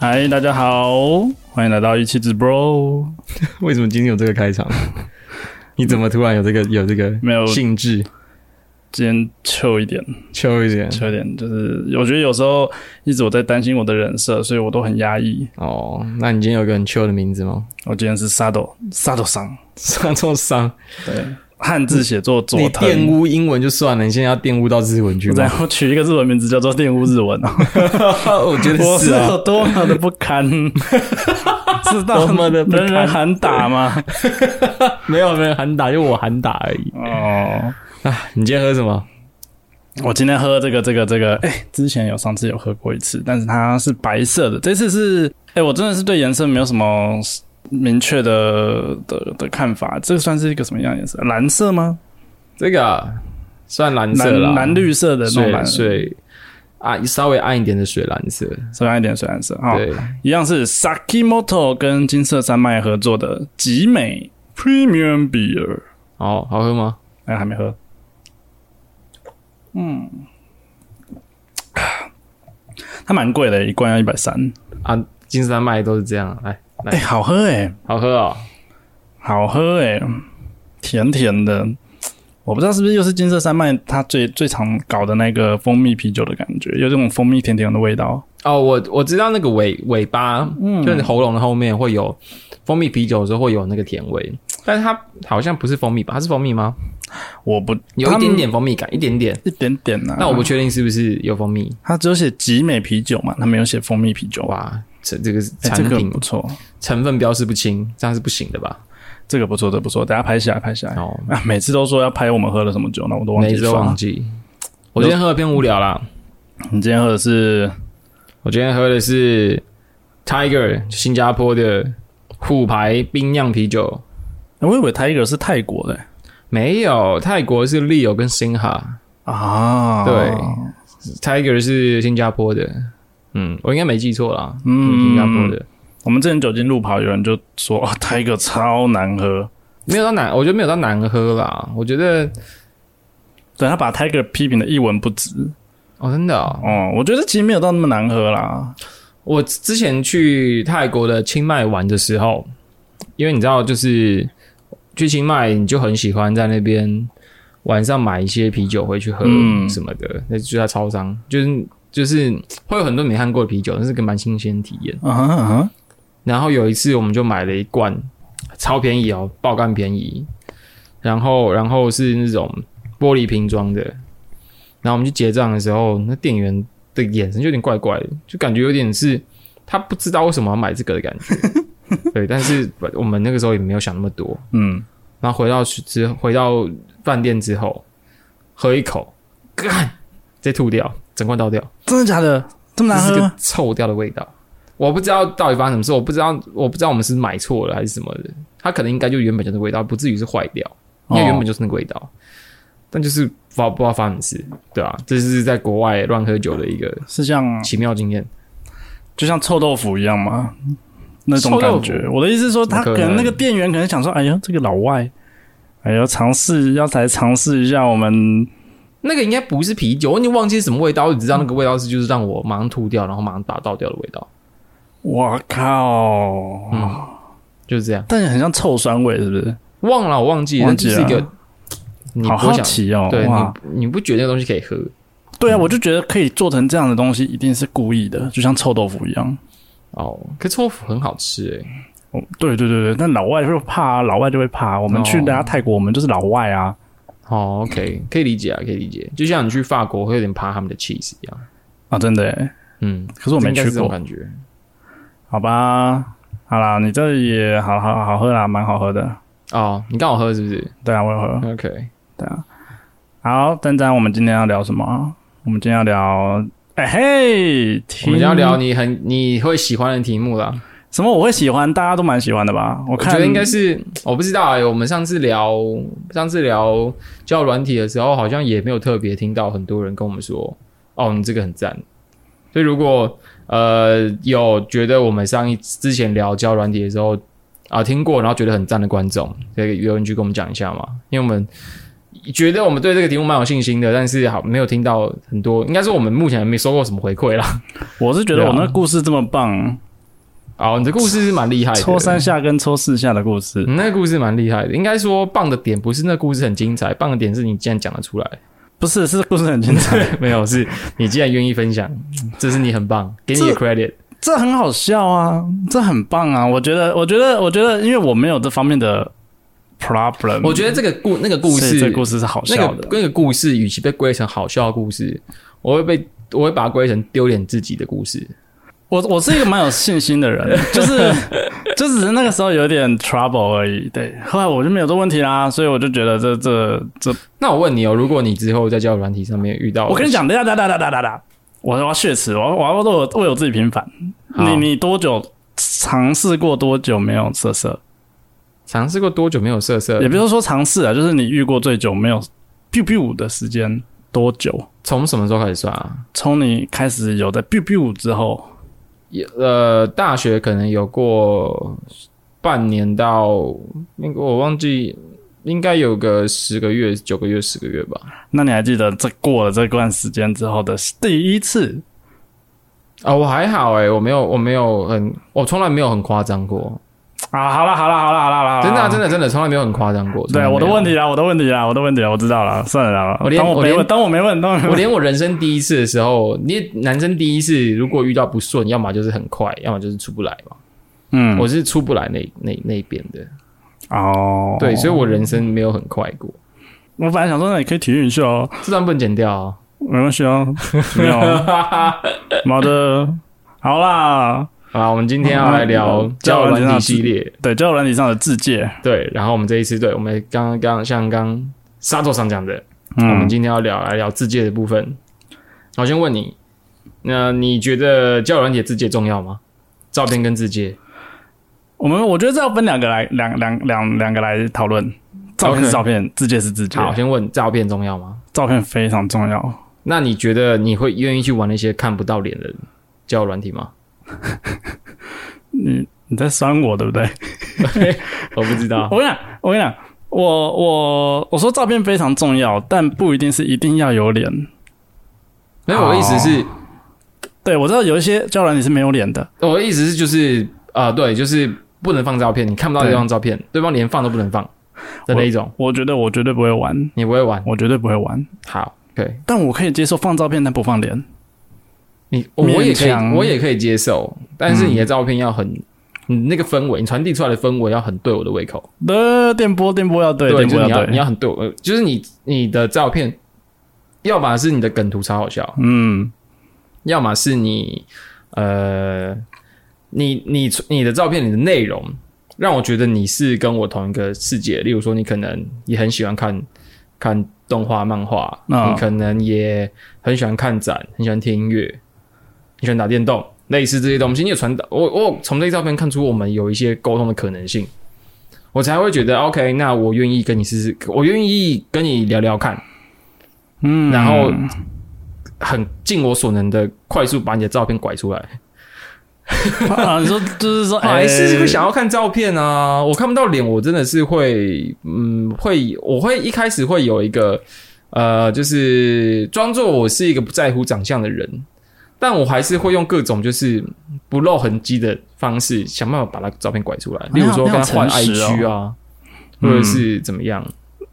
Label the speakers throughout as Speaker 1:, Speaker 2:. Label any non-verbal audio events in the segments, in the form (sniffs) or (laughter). Speaker 1: 嗨，大家好，欢迎来到一起直播。
Speaker 2: (laughs) 为什么今天有这个开 (laughs) 场？你怎么突然有这个有这个
Speaker 1: 没有
Speaker 2: 兴致？
Speaker 1: 今天 chill 一点
Speaker 2: 秋一点
Speaker 1: ，chill 一点，就是我觉得有时候一直我在担心我的人设，所以我都很压抑。
Speaker 2: 哦，那你今天有个很秋的名字吗？
Speaker 1: 我今天是 Sado Sado 桑，
Speaker 2: 上重伤，
Speaker 1: 对，汉字写作佐
Speaker 2: 你玷
Speaker 1: 藤。
Speaker 2: 污英文就算了，你现在要玷污到日文去
Speaker 1: 我这
Speaker 2: 吗？
Speaker 1: 样，我取一个日文名字叫做玷污日
Speaker 2: (laughs)
Speaker 1: 文哦，
Speaker 2: 我觉
Speaker 1: 我
Speaker 2: 得
Speaker 1: 是
Speaker 2: 是啊
Speaker 1: 有，多么的不
Speaker 2: (laughs)
Speaker 1: 堪，知道
Speaker 2: 多么的不堪
Speaker 1: 人人喊打吗？
Speaker 2: 没有没有喊打，就我喊打而已。
Speaker 1: 哦，
Speaker 2: 你今天喝什么？
Speaker 1: 我今天喝这个这个这个，哎、之前有上次有喝过一次，但是它是白色的，这次是，哎、我真的是对颜色没有什么明确的的的看法。这个算是一个什么样的颜色？蓝色吗？
Speaker 2: 这个啊算蓝色啦，
Speaker 1: 蓝蓝绿色的那种
Speaker 2: 水
Speaker 1: 蓝，
Speaker 2: 水啊，稍微暗一点的水蓝色。
Speaker 1: 稍微暗一点水蓝色哈、
Speaker 2: 对，
Speaker 1: 一样是 Sakimoto 跟金色山脉合作的集美 Premium Beer，
Speaker 2: 哦，好喝吗？
Speaker 1: 哎、还没喝，嗯，它蛮贵的，一罐要一百三，
Speaker 2: 啊，金山麦都是这样，啊来来
Speaker 1: 哎、，好喝哎、
Speaker 2: 好喝哦。
Speaker 1: 好喝诶、甜甜的。我不知道是不是又是金色山脉它最最常搞的那个蜂蜜啤酒的感觉，有这种蜂蜜甜甜的味道。
Speaker 2: 哦，我我知道那个尾尾巴，
Speaker 1: 嗯
Speaker 2: 就是你喉咙的后面会有蜂蜜啤酒的时候会有那个甜味，但是它好像不是蜂蜜吧？它是蜂蜜吗？
Speaker 1: 我不
Speaker 2: 有一点点蜂蜜感，一点点。
Speaker 1: 一点点呐、啊。
Speaker 2: 那我不确定是不是有蜂蜜。
Speaker 1: 它只有写集美啤酒嘛，它没有写蜂蜜啤酒啊。
Speaker 2: 哇，这这个
Speaker 1: 哎、
Speaker 2: 产
Speaker 1: 这个
Speaker 2: 品、
Speaker 1: 不错，
Speaker 2: 成分标示不清，这样是不行的吧？
Speaker 1: 这个不错，这个不错，等下拍下来，拍下来。
Speaker 2: 哦，
Speaker 1: 啊， (laughs) 每次都说要拍我们喝了什么酒，那我都忘
Speaker 2: 每
Speaker 1: 记
Speaker 2: 次都
Speaker 1: 说
Speaker 2: 忘记。我今天喝的偏无聊啦，
Speaker 1: 你今天喝的是
Speaker 2: 我今天喝的是 Tiger 新加坡的虎牌冰酿啤酒，
Speaker 1: 呃我以为 Tiger 是泰国的、
Speaker 2: 没有泰国是 Leo 跟 Sinha。
Speaker 1: 啊。
Speaker 2: 对，Tiger 是新加坡的，嗯，我应该没记错啦，
Speaker 1: 嗯
Speaker 2: 嗯，新加坡的，
Speaker 1: 我们之前酒精路跑，有人就说、哦、Tiger 超难喝，
Speaker 2: 没有到难，我觉得没有到难喝啦，我觉得，
Speaker 1: 对他把 Tiger 批评的一文不值
Speaker 2: 哦，真的、哦，
Speaker 1: 哦，我觉得其实没有到那么难喝啦。
Speaker 2: 我之前去泰国的清迈玩的时候，因为你知道，就是去清迈，你就很喜欢在那边晚上买一些啤酒回去喝
Speaker 1: 嗯
Speaker 2: 什么的，那、就在超商，就是就是会有很多没看过的啤酒，那是个蛮新鲜的体验。
Speaker 1: 啊哈啊哈，
Speaker 2: 然后有一次我们就买了一罐，超便宜哦，爆干便宜。然后，然后是那种玻璃瓶装的。然后我们去结账的时候，那店员的眼神就有点怪怪的，就感觉有点是他不知道为什么要买这个的感觉。对，但是我们那个时候也没有想那么多。
Speaker 1: 嗯，
Speaker 2: 然后回到去之回到饭店之后，喝一口，干，直接吐掉，整罐倒掉。
Speaker 1: 真的假的？这么难
Speaker 2: 这是
Speaker 1: 喝
Speaker 2: 个？臭掉的味道。我不知道到底发生什么事，我不知道，我不知道我们是买错了还是什么的。它可能应该就原本就那个味道，不至于是坏掉，
Speaker 1: 哦
Speaker 2: 因为原本就是那个味道。但就是不知道不知道发生什么事，对啊，这是在国外乱喝酒的一个
Speaker 1: 是像
Speaker 2: 奇妙经验。
Speaker 1: 就像臭豆腐一样吗？那种感
Speaker 2: 臭
Speaker 1: 觉。
Speaker 2: 豆
Speaker 1: 我的意思是说，
Speaker 2: 怎么
Speaker 1: 他
Speaker 2: 可
Speaker 1: 可
Speaker 2: 能
Speaker 1: 能那个店员可能想说，哎呀，这个老外，哎呀，尝试要来尝试一下我们
Speaker 2: 那个应该不是啤酒，我已经忘记是什么味道，我只知道那个味道是就是让我马上吐掉，然后马上打倒掉的味道，
Speaker 1: 我靠，
Speaker 2: 就是这样。
Speaker 1: 但也很像臭酸味，是不是？
Speaker 2: 忘了，我忘记，
Speaker 1: 忘
Speaker 2: 那
Speaker 1: 记
Speaker 2: 就
Speaker 1: 了
Speaker 2: 是一个你
Speaker 1: 好
Speaker 2: 不
Speaker 1: 好
Speaker 2: 会想，
Speaker 1: 奇哦，
Speaker 2: 对
Speaker 1: 哇，
Speaker 2: 你你不嗯觉得那个东西可以喝？
Speaker 1: 对啊，我就觉得可以做成这样的东西，一定是故意的，就像臭豆腐一样。
Speaker 2: 哦，可是臭豆腐很好吃欸诶、
Speaker 1: 哦，对对对对，但老外就怕、啊，老外就会怕啊、我们去人家泰国，我们就是老外啊。
Speaker 2: 哦，OK，可以 (laughs) 理解啊，可以理解。就像你去法国会有点怕他们的 cheese 一样，
Speaker 1: 啊，真的耶，
Speaker 2: 嗯，
Speaker 1: 可是我没
Speaker 2: 应该
Speaker 1: 去
Speaker 2: 是这种
Speaker 1: 过。
Speaker 2: 感觉。
Speaker 1: 好吧，好啦，你这也好好好喝啦，蛮好喝的。
Speaker 2: 哦，你刚好喝是不是
Speaker 1: 对啊，我有喝。
Speaker 2: ？OK，
Speaker 1: 对啊。好，丹丹，我们今天要聊什么啊？我们今天要聊，哎、嘿，
Speaker 2: 我
Speaker 1: 听
Speaker 2: 们要聊你很你会喜欢的题目啦。
Speaker 1: 什么？我会喜欢，大家都蛮喜欢的吧？我
Speaker 2: 我
Speaker 1: 看
Speaker 2: 觉得应该是我不知道哎、我们上次聊上次聊教软体的时候，好像也没有特别听到很多人跟我们说，哦，你这个很赞。所以如果呃有觉得我们上一之前聊教软体的时候啊、听过，然后觉得很赞的观众，可以留言区跟我们讲一下嘛，因为我们。觉得我们对这个题目蛮有信心的，但是好没有听到很多，应该说我们目前还没收过什么回馈啦。
Speaker 1: 我是觉得
Speaker 2: 对啊
Speaker 1: 我那个故事这么棒，
Speaker 2: 哦，你的故事是蛮厉
Speaker 1: (laughs)
Speaker 2: 害的。
Speaker 1: 搓三下跟搓四下的故事。
Speaker 2: 嗯，那个故事蛮厉害的。应该说棒的点不是那故事很精彩，棒的点是你竟然讲得出来。
Speaker 1: 不是，是故事很精彩，
Speaker 2: (laughs) 没有，是你既然愿意分享，这是你很棒，给你的 credit。
Speaker 1: 这很好笑啊，这很棒啊！我觉得，我觉得，我觉得，因为我没有这方面的 problem，
Speaker 2: 我觉得这个故那个故
Speaker 1: 所以
Speaker 2: 事，
Speaker 1: 这故事是好
Speaker 2: 那
Speaker 1: 笑的。
Speaker 2: 个那个故事，与其被归成好笑的故事，我会被我会把它归成丢脸自己的故事。
Speaker 1: 我我是一个蛮有信心的
Speaker 2: (laughs)
Speaker 1: 人，就是就只是那个时候有点 trouble 而已。对，后来我就没有这问题啦，所以我就觉得这这这，
Speaker 2: 那我问你哦，如果你之后在交友软体上面遇到，
Speaker 1: 我跟你，讲，哒哒哒哒哒哒哒，我我要血耻，我要我要为我为我自己平反。
Speaker 2: 好
Speaker 1: 你你多久尝试过多久没有色色？
Speaker 2: 尝试过多久没有色色
Speaker 1: 也？不是说尝试啊，就是你遇过最久没有 biu biu 的时间多久？
Speaker 2: 从什么时候开始算啊？
Speaker 1: 从你开始有在 biu biu 之后，
Speaker 2: 也呃，大学可能有过半年到，那个我忘记，应该有个十个月、九个月、十个月吧。
Speaker 1: 那你还记得这过了这段时间之后的第一次？
Speaker 2: 啊、我还好诶、我没有，我没有很，我从来没有很夸张过，
Speaker 1: 啊，好了好了好了好了好了，
Speaker 2: 真的啊、真
Speaker 1: 的。
Speaker 2: 的真的从来没有很夸张过。从
Speaker 1: 对啊
Speaker 2: 来没有
Speaker 1: 我的问题，啦，我的问题啦，我的问题啦，我知道了，算了啦。
Speaker 2: 我连
Speaker 1: 当我
Speaker 2: 我
Speaker 1: 没
Speaker 2: 连
Speaker 1: 问，当我没问，当我没
Speaker 2: (laughs) 我
Speaker 1: 问。
Speaker 2: 连我人生第一次的时候，你也男生第一次如果遇到不顺，要么就是很快，要么就是出不来嘛。
Speaker 1: 嗯，
Speaker 2: 我是出不来那那那一边的，
Speaker 1: 哦，
Speaker 2: 对，所以我人生没有很快过，
Speaker 1: 我本来想说，那你可以体育一下哦，
Speaker 2: 这段不能剪掉啊。
Speaker 1: (laughs) 没关系啊，没有，
Speaker 2: (laughs)
Speaker 1: 妈的，好啦，
Speaker 2: 好啦，我们今天要来聊
Speaker 1: 嗯
Speaker 2: 交友软体系列，
Speaker 1: 对，交友软体上的自介，
Speaker 2: 对。然后我们这一次，对我们刚刚像刚沙座上讲的，我们
Speaker 1: 嗯，
Speaker 2: 今天要聊来聊自介的部分。我先问你，那你觉得交友软体的自介重要吗？照片跟自介，
Speaker 1: 我们我觉得这要分两个来，两两两两个来讨论，照片
Speaker 2: OK
Speaker 1: 是照片，自介是自介，
Speaker 2: 好，先问照片重要吗？
Speaker 1: 照片非常重要，
Speaker 2: 那你觉得你会愿意去玩那些看不到脸的交友软体吗？
Speaker 1: 你你在酸我对不对？
Speaker 2: 我不知道
Speaker 1: (laughs) 我跟你讲，我跟你讲，我我我说照片非常重要，但不一定是一定要有脸。
Speaker 2: 没有，我的意思是，
Speaker 1: 对我知道有一些交友软体是没有脸的，
Speaker 2: 我的意思是就是啊、对，就是不能放照片，你看不到对方照片，对方连放都不能放的那一种，
Speaker 1: 我觉得我绝对不会玩，
Speaker 2: 你不会玩。
Speaker 1: 我绝对不会玩。
Speaker 2: 好，对
Speaker 1: 但我可以接受放照片但不放脸，
Speaker 2: 你，我我也可
Speaker 1: 勉强嗯
Speaker 2: 以，我也可以接受，但是你的照片要很，你那个氛围，你传递出来的氛围要很对我的胃口。
Speaker 1: 呃，电波电波要对，电
Speaker 2: 就
Speaker 1: 波
Speaker 2: 是你
Speaker 1: 要
Speaker 2: 要你
Speaker 1: 对，
Speaker 2: 要很对我，呃就是你你的照片，要么是你的梗图超好笑，
Speaker 1: 嗯，
Speaker 2: 要么是你呃，你你你的照片里的内容，让我觉得你是跟我同一个世界。例如说，你可能也很喜欢看看动画、漫画，
Speaker 1: 嗯
Speaker 2: 你可能也很喜欢看展，很喜欢听音乐，很喜欢打电动，类似这些东西，你也传达我我有从这些照片看出我们有一些沟通的可能性。我才会觉得 OK，那我愿意跟你试试，我愿意跟你聊聊看，
Speaker 1: 嗯，
Speaker 2: 然后很尽我所能的快速把你的照片拐出来。
Speaker 1: (laughs) 啊，你说就是
Speaker 2: (laughs)
Speaker 1: 说，
Speaker 2: 还是
Speaker 1: 哎
Speaker 2: 会想要看照片啊，我看不到脸，我真的是会，嗯，会，我会一开始会有一个，呃，就是装作我是一个不在乎长相的人，但我还是会用各种就是不露痕迹的方式，想办法把他照片拐出来，
Speaker 1: 你
Speaker 2: 例
Speaker 1: 好
Speaker 2: 如说跟他换
Speaker 1: 你啊好诚实哦嗯
Speaker 2: IG 啊，或者是怎么样，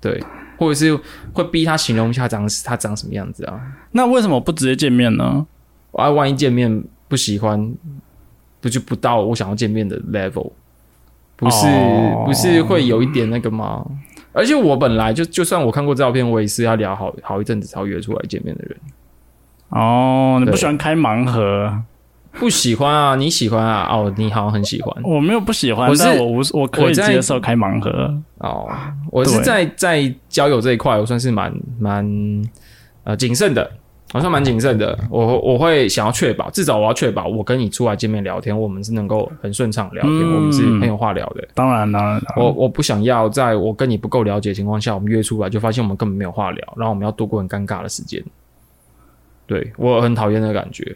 Speaker 2: 对，或者是会逼他形容一下长他长什么样子啊，
Speaker 1: 哎那为什么不直接见面呢？
Speaker 2: 啊，万一见面不喜欢，不就不到我想要见面的 level，不是、
Speaker 1: 哦
Speaker 2: 不是会有一点那个吗？而且我本来就就算我看过照片，我也是要聊好好一阵子才会约出来见面的人。
Speaker 1: 哦，你不
Speaker 2: 对
Speaker 1: 喜欢开盲盒，
Speaker 2: 不喜欢啊，你喜欢啊？哦，你好像很喜欢
Speaker 1: 我没有不喜欢
Speaker 2: 我，是
Speaker 1: 但我无我可
Speaker 2: 我
Speaker 1: 以
Speaker 2: 在
Speaker 1: 接受开盲盒。
Speaker 2: 哦。我是
Speaker 1: 对
Speaker 2: 在在交友这一块，我算是蛮蛮呃谨慎的，我算蛮谨慎的。我我会想要确保，至少我要确保我跟你出来见面聊天，我们是能够很顺畅聊天，
Speaker 1: 嗯
Speaker 2: 我们是很有话聊的。
Speaker 1: 当然，当然，当然
Speaker 2: 我我不想要在我跟你不够了解的情况下，我们约出来就发现我们根本没有话聊，然后我们要度过很尴尬的时间。对我很讨厌那个感觉，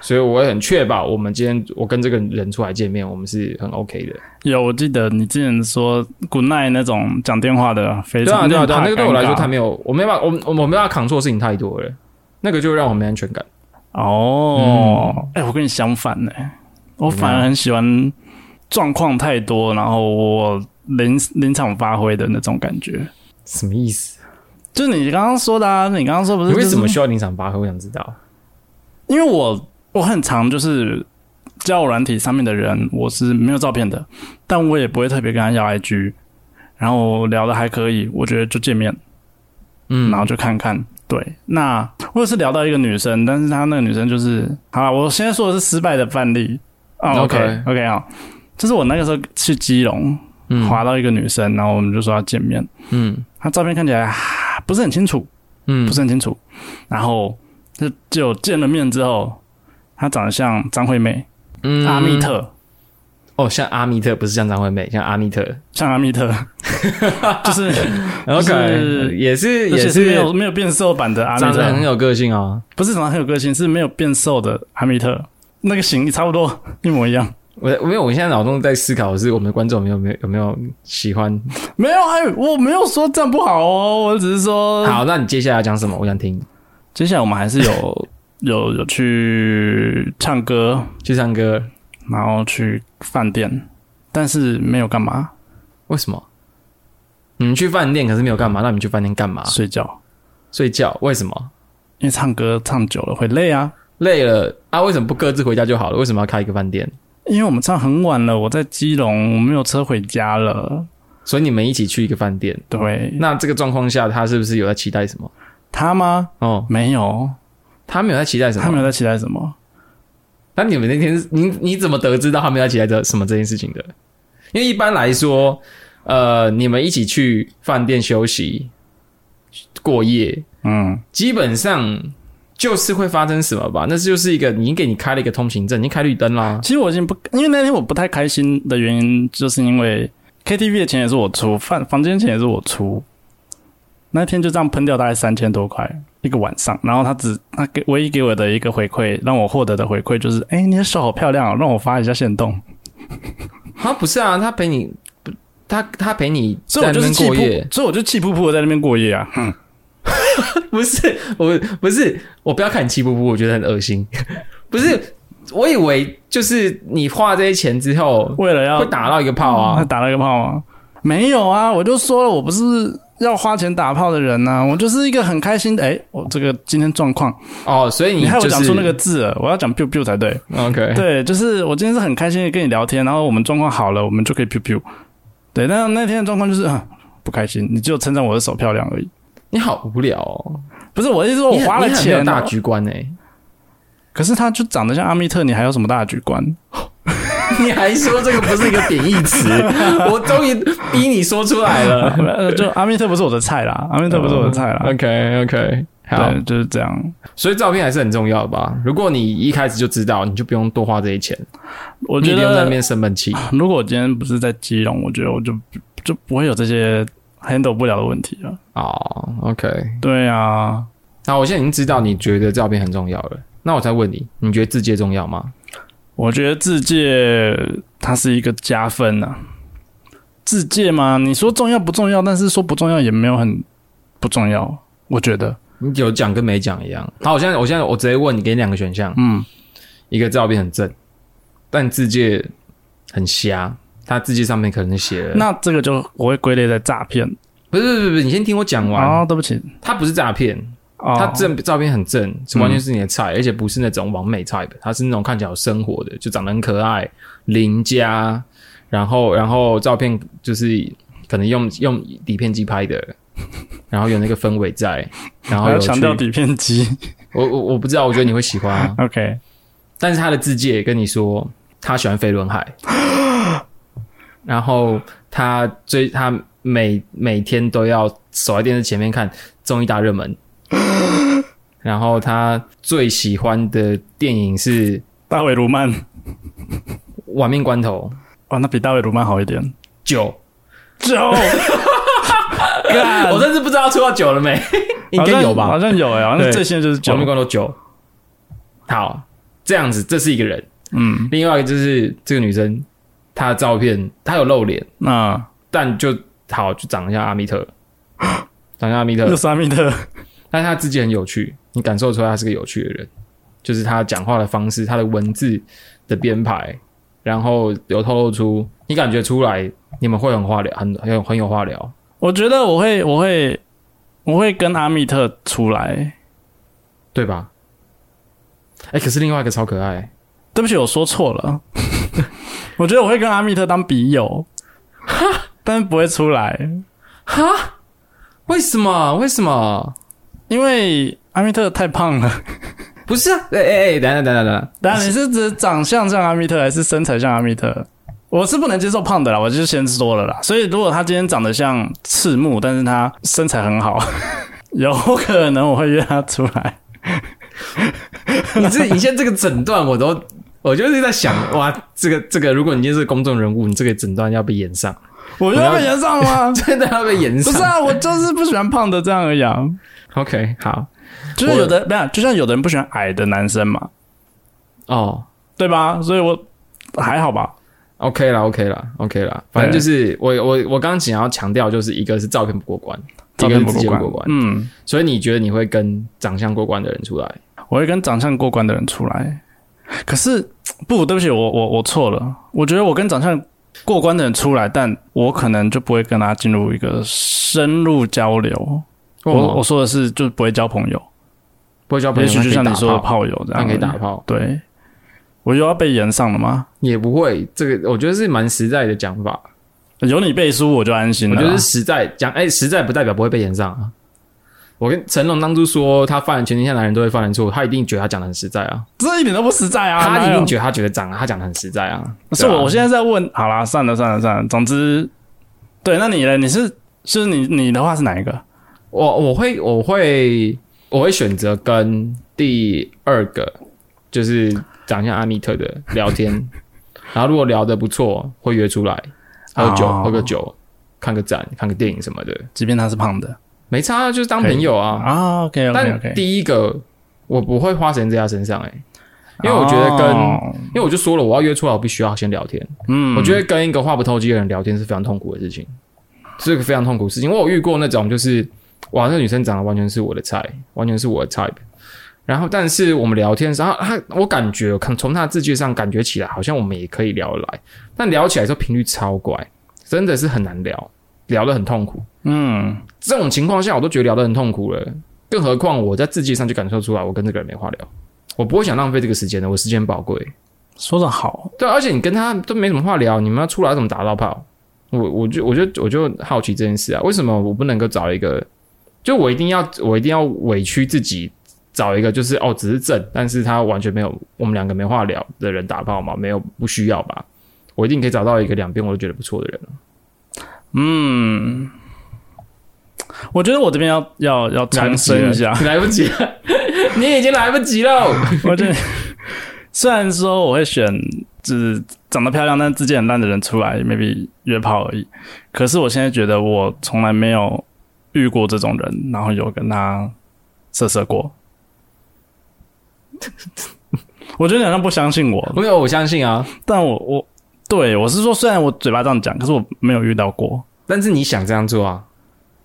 Speaker 2: 所以我也很确保我们今天我跟这个人出来见面，我们是很 OK 的。
Speaker 1: 有，我记得你之前说 Good night 那种讲电话的，非
Speaker 2: 对
Speaker 1: 常
Speaker 2: 啊，对啊，对啊，
Speaker 1: 怕
Speaker 2: 那个对我
Speaker 1: 尴
Speaker 2: 来说
Speaker 1: 尬
Speaker 2: 太没有，我没办法，我我我没办法扛错事情太多了，那个就会让我没安全感。嗯
Speaker 1: 哦，哎、我跟你相反呢、我反而很喜欢状况太多，然后我临临场发挥的那种感觉。
Speaker 2: 什么意思？
Speaker 1: 就是你刚刚说的啊，你刚刚说不是、
Speaker 2: 你
Speaker 1: 就是？
Speaker 2: 为什么需要临场发挥？我想知道。
Speaker 1: 因为我我很常就是交友软体上面的人，我是没有照片的，但我也不会特别跟他要 IG，然后聊的还可以，我觉得就见面，
Speaker 2: 嗯
Speaker 1: 然后就看看。对，那我也是聊到一个女生，但是她那个女生就是，好了，我现在说的是失败的范例啊、o k
Speaker 2: OK
Speaker 1: OK 啊、就是我那个时候去基隆
Speaker 2: 嗯
Speaker 1: 滑到一个女生，然后我们就说要见面，
Speaker 2: 嗯
Speaker 1: 她照片看起来啊不是很清楚，
Speaker 2: 嗯，
Speaker 1: 不是很清楚。然后就就见了面之后，她长得像张惠妹、
Speaker 2: 嗯
Speaker 1: 阿密特，
Speaker 2: 哦，像阿密特不是像张惠妹，像阿密特。
Speaker 1: 像阿密
Speaker 2: (laughs)
Speaker 1: 特，就是就是
Speaker 2: 也是
Speaker 1: 而
Speaker 2: 也
Speaker 1: 且是没有
Speaker 2: 是
Speaker 1: 没有变瘦版的阿密
Speaker 2: 长得很
Speaker 1: 特，
Speaker 2: 有个性哦。
Speaker 1: 不是长得很有个性，是没有变瘦的阿密特，那个型差不多一模一样。
Speaker 2: 我我因为我现在脑中在思考的是，我们的观众有没有有没有有没有喜欢？
Speaker 1: 没有，哎，我没有说这样不好哦，我只是说，
Speaker 2: 好，那你接下来要讲什么？我想听。
Speaker 1: 接下来我们还是有有有去唱歌，
Speaker 2: 去唱歌？
Speaker 1: 然后去饭店，但是没有干嘛，
Speaker 2: 为什么？你们去饭店可是没有干嘛？那你们去饭店干嘛？
Speaker 1: 睡觉，
Speaker 2: 睡觉？为什么？
Speaker 1: 因为唱歌唱久了会累啊。
Speaker 2: 累了啊？为什么不各自回家就好了？为什么要开一个饭店？
Speaker 1: 因为我们唱很晚了，我在基隆，我没有车回家了。
Speaker 2: 所以你们一起去一个饭店，
Speaker 1: 对，
Speaker 2: 哦那这个状况下，他是不是有在期待什么？
Speaker 1: 他吗？
Speaker 2: 哦，
Speaker 1: 没有，
Speaker 2: 他没有在期待什
Speaker 1: 他没
Speaker 2: 么。
Speaker 1: 有在期待什么。
Speaker 2: 那你们那天是你你怎么得知到他没有在期待这什么这件事情的？因为一般来说，呃，你们一起去饭店休息过夜，
Speaker 1: 嗯，
Speaker 2: 基本上就是会发生什么吧？那就是一个你已经给你开了一个通行证，已经开绿灯啦。
Speaker 1: 其实我已经不，因为那天我不太开心的原因，就是因为 KTV 的钱也是我出，饭房间钱也是我出。那天就这样喷掉大概三千多块一个晚上，然后他只他给唯一给我的一个回馈，让我获得的回馈就是，哎、你的手好漂亮、哦，让我发一下线动。
Speaker 2: 啊，不是啊，他陪你，他他陪你
Speaker 1: 所以我
Speaker 2: 在
Speaker 1: 就是
Speaker 2: 那边
Speaker 1: 气
Speaker 2: 过
Speaker 1: 扑
Speaker 2: 夜，，
Speaker 1: 所以我就气扑扑的在那边过夜啊。
Speaker 2: (laughs) 不是，我不是，我不要看你气不不，我觉得很恶心。 (laughs) 不是，我以为就是你花这些钱之后
Speaker 1: 为了要
Speaker 2: 会打到一个炮
Speaker 1: 他
Speaker 2: 啊，
Speaker 1: 打了个炮吗？没有啊，我就说了，我不是要花钱打炮的人呐、啊我就是一个很开心的。哎、我这个今天状况，
Speaker 2: 哦，所以
Speaker 1: 你害
Speaker 2: 就
Speaker 1: 我
Speaker 2: 是哎
Speaker 1: 讲出那个字了，我要讲 biu biu 才对。
Speaker 2: OK，
Speaker 1: 对，就是我今天是很开心的跟你聊天，然后我们状况好了，我们就可以 biu biu。对，但那天的状况就是、啊、不开心，你只有称赞我的手漂亮而已。
Speaker 2: 你好无聊哦，
Speaker 1: 不是我的意思，说我
Speaker 2: 你很
Speaker 1: 花了
Speaker 2: 你很没有
Speaker 1: 钱，
Speaker 2: 大局观哎、
Speaker 1: 可是他就长得像阿密特，你还有什么大局观？
Speaker 2: (laughs) 你还说这个不是一个贬义 (laughs) 词，我终于逼你说出来了。 (laughs)
Speaker 1: 呃 (laughs) 就阿密特不是我的菜啦，阿密特不是我的菜啦。
Speaker 2: OK OK，好，
Speaker 1: 对，就是这样。
Speaker 2: 所以照片还是很重要的吧？如果你一开始就知道，你就不用多花这些钱，
Speaker 1: 我
Speaker 2: 你
Speaker 1: 觉
Speaker 2: 也不用在
Speaker 1: 得
Speaker 2: 那边生闷气。
Speaker 1: 如果我今天不是在基隆，我觉得我就就不会有这些 handle 不了的问题了。
Speaker 2: 哦，OK，
Speaker 1: 对啊，
Speaker 2: 那我现在已经知道你觉得照片很重要了，那我再问你，你觉得自介重要吗？
Speaker 1: 我觉得自介它是一个加分啊。自介嘛，你说重要不重要？但是说不重要也没有很不重要，我觉得。
Speaker 2: 你有讲跟没讲一样。好，我现在我现在我直接问你，给你两个选项，
Speaker 1: 嗯，
Speaker 2: 一个照片很正，但自介很瞎，他自介上面可能写了，
Speaker 1: 那这个就我会归类在诈骗。
Speaker 2: 不是不是不是，你先听我讲完，
Speaker 1: 哦，对不起，
Speaker 2: 他不是诈骗，
Speaker 1: 哦，嗯
Speaker 2: 他正照片很正，是完全是你的菜，而且不是那种完美 type，他是那种看起来有生活的，就长得很可爱，邻家，然后然后照片就是可能用用底片机拍的，然后有那个氛围在，然后
Speaker 1: 还要
Speaker 2: 有
Speaker 1: 强调
Speaker 2: 去
Speaker 1: 底片机。 (laughs)
Speaker 2: 我我我不知道，我觉得你会喜欢、啊，
Speaker 1: OK，
Speaker 2: 但是他的字界也跟你说他喜欢飞
Speaker 1: (gasps)
Speaker 2: 轮海，然后他追他每每天都要守在电视前面看综艺大
Speaker 1: (gasps)
Speaker 2: 热门，然后他最喜欢的电影是《
Speaker 1: 大卫·卢曼，
Speaker 2: 玩命关头
Speaker 1: 哇，那比大卫·卢曼好一
Speaker 2: (laughs)
Speaker 1: 点。
Speaker 2: 九
Speaker 1: 就，》干
Speaker 2: 我甚至不知道出到九
Speaker 1: (laughs)
Speaker 2: 了没，应该有吧？
Speaker 1: 好
Speaker 2: 《
Speaker 1: 像有哎、好像
Speaker 2: 对
Speaker 1: 最新的就是九
Speaker 2: 玩命。关头九，好，这样子，这是一个人，
Speaker 1: 嗯，
Speaker 2: 另外一个就是这个女生，她的照片她有露脸。
Speaker 1: 那
Speaker 2: 但就好就长得像阿密特， (gasps) 长得像阿密
Speaker 1: 又
Speaker 2: 特，
Speaker 1: 是阿密特，
Speaker 2: 但他自己很有趣，你感受出来他是个有趣的人，就是他讲话的方式、他的文字的编排，然后有透露出你感觉出来，你们会很话聊，很很有很有话聊。
Speaker 1: 我觉得我会，我会，我会跟阿密特出来。
Speaker 2: 对吧？哎、可是另外一个超可爱，
Speaker 1: 对不起，我说错了。 (laughs) 我觉得我会跟阿密特当笔友，但是不会出来，
Speaker 2: 为什么？为什么？
Speaker 1: 因为阿密特太胖了。
Speaker 2: 不是啊！哎哎哎，等等等等等，
Speaker 1: 当然，你是指长相像阿密特，还是身材像阿密特？我是不能接受胖的啦，我就先说了啦。所以，如果他今天长得像赤木，但是他身材很好， (laughs) 有可能我会约他出来。
Speaker 2: (laughs) 你这你现在这个诊断，我都我就是在想，哇，这个这个，如果你今天是公众人物，你这个诊断要被延上，
Speaker 1: 我就会延上吗？
Speaker 2: (laughs) 真的要被延
Speaker 1: (laughs) 不
Speaker 2: 上。
Speaker 1: 是啊，我就是不喜欢胖的这样而已、啊。
Speaker 2: OK，好
Speaker 1: 就是有的，那就像有的人不喜欢矮的男生嘛，
Speaker 2: 哦
Speaker 1: 对吧？所以我还好吧。
Speaker 2: ，OK 啦，OK 啦，OK 啦，反正就是我我我刚刚想要强调，就是一个是照片不过关，
Speaker 1: 照片
Speaker 2: 一
Speaker 1: 不
Speaker 2: 个是
Speaker 1: 过
Speaker 2: 时间
Speaker 1: 关，
Speaker 2: 过关，
Speaker 1: 嗯，
Speaker 2: 所以你觉得你会跟长相过关的人出来？
Speaker 1: 我会跟长相过关的人出来。 (sniffs) 可是不，对不起，我我我错了。我觉得我跟长相过关的人出来，但我可能就不会跟他进入一个深入交流。
Speaker 2: 哦
Speaker 1: 我我说的是，就是不会交朋友，
Speaker 2: 不会交朋
Speaker 1: 也
Speaker 2: 友，
Speaker 1: 许就像你说的
Speaker 2: 炮，
Speaker 1: 炮友这
Speaker 2: 但
Speaker 1: 样
Speaker 2: 可以打。炮，
Speaker 1: 对，我又要被延上了吗？
Speaker 2: 也不会。这个我觉得是蛮实在的讲法，
Speaker 1: 有你背书，我就安心
Speaker 2: 我
Speaker 1: 了
Speaker 2: 觉
Speaker 1: 啦。
Speaker 2: 得是实在讲，哎、实在不代表不会被延上啊。我跟成龙当初说他犯了全天下男人都会犯的错，他一定觉得他讲的很实在啊，
Speaker 1: 这一点都不实在啊！
Speaker 2: 他
Speaker 1: 哪
Speaker 2: 一
Speaker 1: 有
Speaker 2: 定觉得他觉得讲他讲的很实在啊。
Speaker 1: 是
Speaker 2: 对啊
Speaker 1: 我，我现在在问，好啦，算了算了算了，总之，对，那你呢？你是是你你的话是哪一个？
Speaker 2: 我我会我会我会选择跟第二个就是长相阿密特的聊天，然后如果聊得不错，会约出来喝酒、
Speaker 1: 哦
Speaker 2: 喝个酒，看个展、看个电影什么的，
Speaker 1: 即便他是胖的
Speaker 2: 没差啊，就是当朋友啊。
Speaker 1: 啊，OK OK
Speaker 2: 但
Speaker 1: OK，
Speaker 2: 第一个我不会花时间在他身上、欸，因为我觉得跟
Speaker 1: 哦
Speaker 2: 因为我就说了，我要约出来，我必须要先聊天。
Speaker 1: 嗯，
Speaker 2: 我觉得跟一个话不投机的人聊天是非常痛苦的事情，是个非常痛苦的事情。我有遇过那种就是，哇，那女生长得完全是我的菜，完全是我的 type。然后，但是我们聊天的时候，她她我感觉，看从她的字句上感觉起来，好像我们也可以聊得来，但聊起来之后频率超怪，真的是很难聊，聊得很痛苦。
Speaker 1: 嗯，
Speaker 2: 这种情况下，我都觉得聊得很痛苦了，更何况我在字迹上就感受出来，我跟这个人没话聊，我不会想浪费这个时间的，我时间宝贵。
Speaker 1: 说的好，
Speaker 2: 对，啊而且你跟他都没什么话聊，你们要出来怎么打到炮？我我就我就我就好奇这件事啊，为什么我不能够找一个？就我一定要我一定要委屈自己找一个，就是哦，只是正，但是他完全没有我们两个没话聊的人打炮嘛？没有不需要吧？我一定可以找到一个两边我都觉得不错的人。
Speaker 1: 嗯，我觉得我这边要要要重申一下，
Speaker 2: 来不及了， (laughs) 你已经来不及了。
Speaker 1: (laughs) 我觉得虽然说我会选就是长得漂亮但自己很烂的人出来，maybe 约炮而已。可是我现在觉得我从来没有遇过这种人，然后有跟他色色
Speaker 2: (laughs)
Speaker 1: 过。我觉得你好像不相信我，
Speaker 2: (laughs) 没有，我相信啊。
Speaker 1: 但我我对我是说，虽然我嘴巴这样讲，可是我没有遇到过
Speaker 2: 但是你想这样做啊，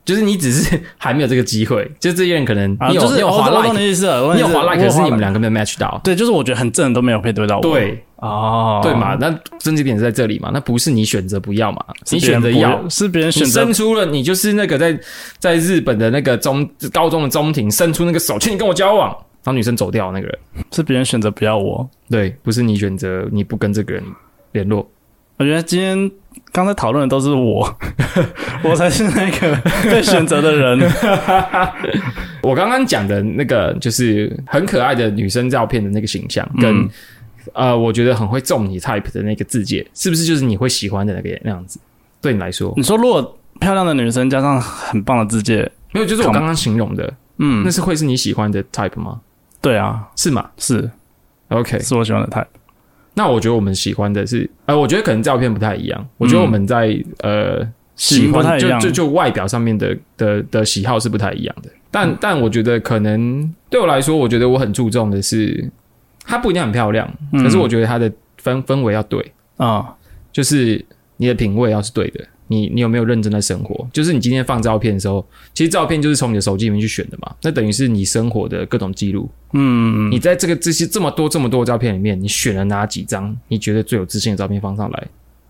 Speaker 2: 就是你只是还没有这个机会。就这些人可能
Speaker 1: 啊。
Speaker 2: 你有、
Speaker 1: 就是
Speaker 2: 你有
Speaker 1: 我
Speaker 2: 滑
Speaker 1: 我懂
Speaker 2: like，
Speaker 1: 你的意思了，我懂
Speaker 2: 你有
Speaker 1: 意思
Speaker 2: 滑
Speaker 1: 我
Speaker 2: like，可是
Speaker 1: 滑
Speaker 2: 你们
Speaker 1: like
Speaker 2: 两个没有 match 到。
Speaker 1: 对，就是我觉得很正的都没有配对到我。
Speaker 2: 对
Speaker 1: 哦，
Speaker 2: 对嘛，那症结点是在这里嘛？那不是你选择不要嘛？
Speaker 1: 是
Speaker 2: 你
Speaker 1: 别人
Speaker 2: 选择
Speaker 1: 不
Speaker 2: 要，
Speaker 1: 是别人
Speaker 2: 你
Speaker 1: 选择
Speaker 2: 伸出了，你就是那个在在日本的那个中高中的中庭伸出那个手，请你跟我交往，然后女生走掉那个人。
Speaker 1: 是别人选择不要我。
Speaker 2: 对，不是你选择你不跟这个人联络，
Speaker 1: 我觉得今天刚才讨论的都是我， (laughs) 我才是那个被选择的
Speaker 2: (laughs)
Speaker 1: 人。
Speaker 2: 我刚刚讲的那个就是很可爱的女生照片的那个形象，跟、
Speaker 1: 嗯
Speaker 2: 呃，我觉得很会中你 type 的那个字界，是不是就是你会喜欢的那个那样子？对你来说，
Speaker 1: 你说，如果漂亮的女生加上很棒的字界，
Speaker 2: 没有，就是我刚刚形容的，
Speaker 1: 嗯
Speaker 2: 那，是会是你喜欢的 type 吗？
Speaker 1: 对啊，
Speaker 2: 是吗
Speaker 1: 是
Speaker 2: ？OK，
Speaker 1: 是我喜欢的 type。
Speaker 2: 那我觉得我们喜欢的是，呃，我觉得可能照片不太一样，我觉得我们在、呃
Speaker 1: 嗯
Speaker 2: 喜
Speaker 1: 型不
Speaker 2: 欢
Speaker 1: 太一
Speaker 2: 就
Speaker 1: 样
Speaker 2: 就就外表上面的的的喜好是不太一样的，但、
Speaker 1: 嗯
Speaker 2: 但我觉得可能对我来说，我觉得我很注重的是，她不一定很漂亮，
Speaker 1: 嗯
Speaker 2: 可是我觉得她的氛氛围要对，
Speaker 1: 啊、
Speaker 2: 就是你的品味要是对的，你你有没有认真的生活？就是你今天放照片的时候，其实照片就是从你的手机里面去选的嘛，那等于是你生活的各种记录。
Speaker 1: 嗯，
Speaker 2: 你在这个这些这么多这么多的照片里面，你选了哪几张你觉得最有自信的照片放上来？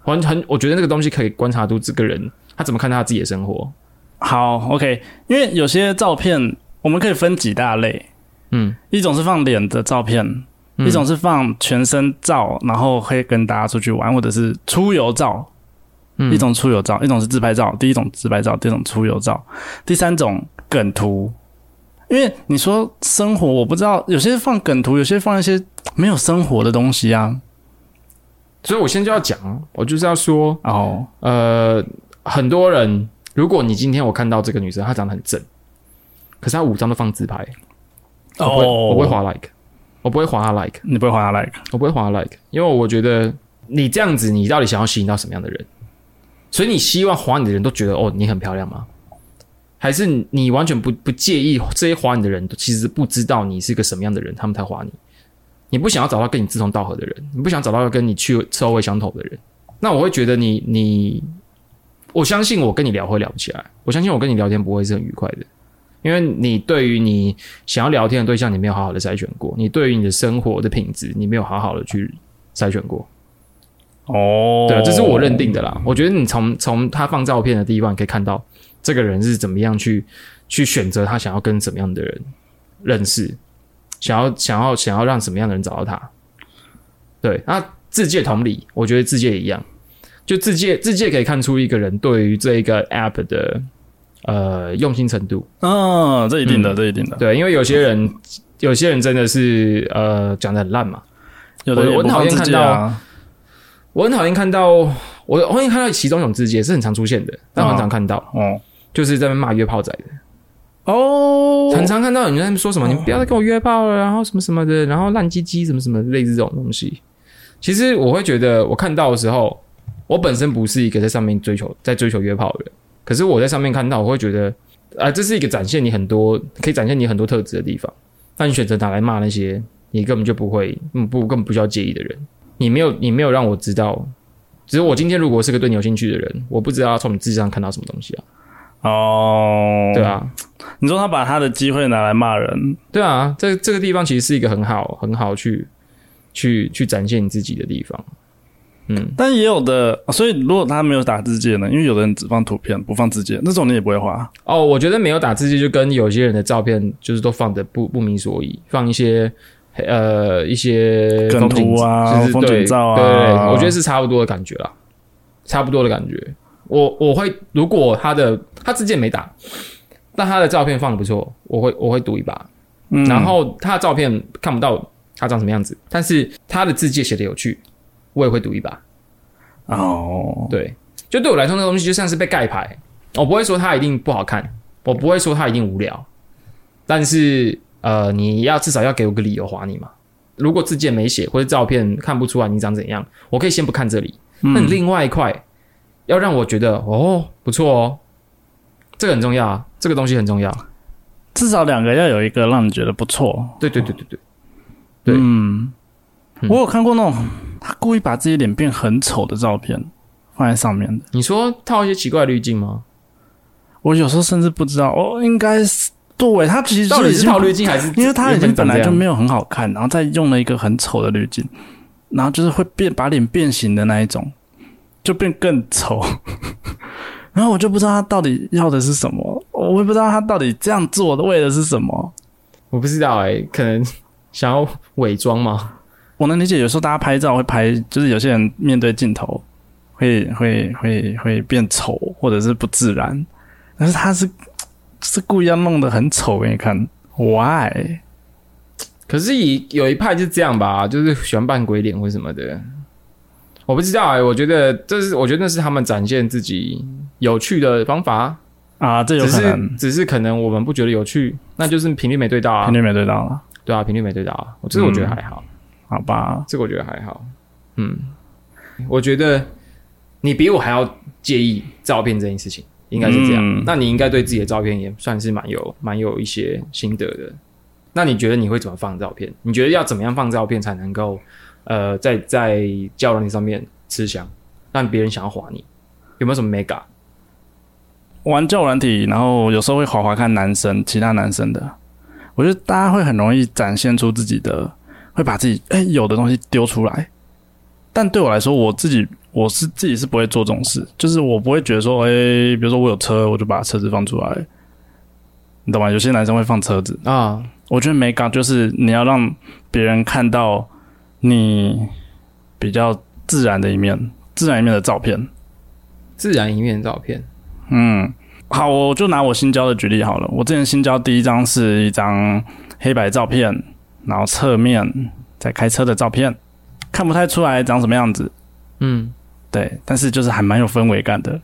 Speaker 2: 很很，我觉得那个东西可以观察出这个人他怎么看待他自己的生活。
Speaker 1: 好，OK，因为有些照片我们可以分几大类，
Speaker 2: 嗯，
Speaker 1: 一种是放脸的照片，
Speaker 2: 嗯
Speaker 1: 一种是放全身照，然后可以跟大家出去玩，或者是出游照，
Speaker 2: 嗯
Speaker 1: 一种出游照，一种是自拍照，第一种自拍照，第二种出游照，第三种梗图。因为你说生活，我不知道有些放梗图，有些放一些没有生活的东西啊。
Speaker 2: 所以我现在就要讲，我就是要说，
Speaker 1: 哦，
Speaker 2: 呃，很多人，如果你今天我看到这个女生，她长得很正，可是她五张都放自拍，我不会我不会，划 like，我不会划她 like，
Speaker 1: 哦你不会划他 like，
Speaker 2: 我不会划她 like，因为我觉得你这样子，你到底想要吸引到什么样的人？所以你希望划你的人都觉得哦你很漂亮吗？还是你完全不不介意这些划你的人都其实不知道你是个什么样的人，他们才划你？你不想要找到跟你志同道合的人，你不想找到跟你趣臭味相投的人，那我会觉得你你，我相信我跟你聊会聊不起来，我相信我跟你聊天不会是很愉快的，因为你对于你想要聊天的对象，你没有好好的筛选过，你对于你的生活的品质，你没有好好的去筛选过，
Speaker 1: 哦，
Speaker 2: 对啊，这是我认定的啦。我觉得你从从他放照片的地方可以看到这个人是怎么样去去选择他想要跟怎么样的人认识，想要想要想要让什么样的人找到他。对，那自介同理，我觉得自介也一样，就自介自介可以看出一个人对于这一个 app 的呃用心程度。
Speaker 1: 嗯，这一定的，
Speaker 2: 嗯
Speaker 1: 这一定的，
Speaker 2: 对，因为有些人有些人真的是呃讲的很烂嘛，
Speaker 1: 有的
Speaker 2: 我
Speaker 1: 也
Speaker 2: 我
Speaker 1: 不
Speaker 2: 讨
Speaker 1: 放
Speaker 2: 厌
Speaker 1: 自
Speaker 2: 看
Speaker 1: 己啊，
Speaker 2: 我很讨厌看到，我我很讨厌看到其中一种字界是很常出现的，但我很常看到，
Speaker 1: 哦
Speaker 2: 就是在那边骂约炮仔的，
Speaker 1: 哦
Speaker 2: 很常看到有人在那边说什么“你不要再跟我约炮了”，然后什么什么的，然后烂鸡鸡什么什么类似这种东西。其实我会觉得，我看到的时候，我本身不是一个在上面追求在追求约炮的人，可是我在上面看到，我会觉得，啊、这是一个展现你很多可以展现你很多特质的地方。但你选择拿来骂那些你根本就不会，嗯，不根本不需要介意的人，你没有你没有让我知道。只是我今天如果是个对你有兴趣的人，我不知道从你智商看到什么东西啊，
Speaker 1: 哦，
Speaker 2: 对，啊，
Speaker 1: 你说他把他的机会拿来骂人，
Speaker 2: 对啊，这这个地方其实是一个很好很好去去去展现你自己的地方。嗯，
Speaker 1: 但也有的，所以如果他没有打字界呢，因为有的人只放图片不放字界，那种你也不会画。
Speaker 2: 哦，我觉得没有打字机就跟有些人的照片就是都放的不不明所以，放一些呃一些
Speaker 1: 梗
Speaker 2: 风景
Speaker 1: 图啊
Speaker 2: 就是
Speaker 1: 风景
Speaker 2: 对
Speaker 1: 照啊
Speaker 2: 对对对，我觉得是差不多的感觉啦，差不多的感觉。我我会如果他的他之前没打，但他的照片放的不错，我会我会赌一把。
Speaker 1: 嗯，
Speaker 2: 然后他的照片看不到他长什么样子，但是他的字界写的有趣，我也会读一把。
Speaker 1: 哦，
Speaker 2: 对，就对我来说，那个东西就像是被盖牌，我不会说它一定不好看，我不会说它一定无聊，但是呃，你要至少要给我个理由划你嘛。如果字界没写或者照片看不出来你长怎样，我可以先不看这里。那你另外一块要让我觉得哦不错哦，这个很重要啊，这个东西很重要。
Speaker 1: 至少两个要有一个让你觉得不错。
Speaker 2: 对对对对对，对
Speaker 1: 嗯，
Speaker 2: 嗯
Speaker 1: 我有看过那种他故意把自己脸变很丑的照片放在上面的，
Speaker 2: 你说套一些奇怪的滤镜吗？
Speaker 1: 我有时候甚至不知道哦，应该是对他其实
Speaker 2: 到底是套滤
Speaker 1: 绿，
Speaker 2: 镜还是？
Speaker 1: 因为他已经本来就
Speaker 2: 原
Speaker 1: 没有很好看，然后再用了一个很丑的滤镜，然后就是会变把脸变形的那一种，就变更丑。 (laughs) 然后我就不知道他到底要的是什么，我也不知道他到底这样做的为的是什么。
Speaker 2: 我不知道哎、可能想要伪装吗？
Speaker 1: 我能理解，有时候大家拍照会拍，就是有些人面对镜头会会会会变丑，或者是不自然，但是他是是故意要弄得很丑给你看，why？
Speaker 2: 可是以有一派就是这样吧，就是喜欢扮鬼脸或什么的。我不知道哎、我觉得这是我觉得那是他们展现自己有趣的方法，
Speaker 1: 啊，这有
Speaker 2: 只
Speaker 1: 可
Speaker 2: 是
Speaker 1: 能
Speaker 2: 只是可能我们不觉得有趣，那就是频率没对到啊
Speaker 1: 频，率没对到了，
Speaker 2: 对啊，频率没对到啊。我这个我觉得还好，
Speaker 1: 好吧？
Speaker 2: 这个我觉得还好，嗯，我觉得你比我还要介意照片这件事情，应该是这样。
Speaker 1: 嗯
Speaker 2: 那你应该对自己的照片也算是蛮有蛮有一些心得的。那你觉得你会怎么放照片？你觉得要怎么样放照片才能够呃在在交友软件上面吃香，让别人想要划你？有没有什么 mega？
Speaker 1: 玩交友软体，然后有时候会滑滑看男生，其他男生的，我觉得大家会很容易展现出自己的，会把自己哎、有的东西丢出来。但对我来说，我自己我是自己是不会做这种事，就是我不会觉得说，哎、比如说我有车，我就把车子放出来，你懂吗？有些男生会放车子，
Speaker 2: 啊，
Speaker 1: 我觉得美感就是你要让别人看到你比较自然的一面，自然一面的照片。
Speaker 2: 自然一面的照片，
Speaker 1: 嗯，好，我就拿我新交的举例好了。我之前新交第一张是一张黑白照片，然后侧面在开车的照片，看不太出来长什么样子，
Speaker 2: 嗯，
Speaker 1: 对，但是就是还蛮有氛围感的。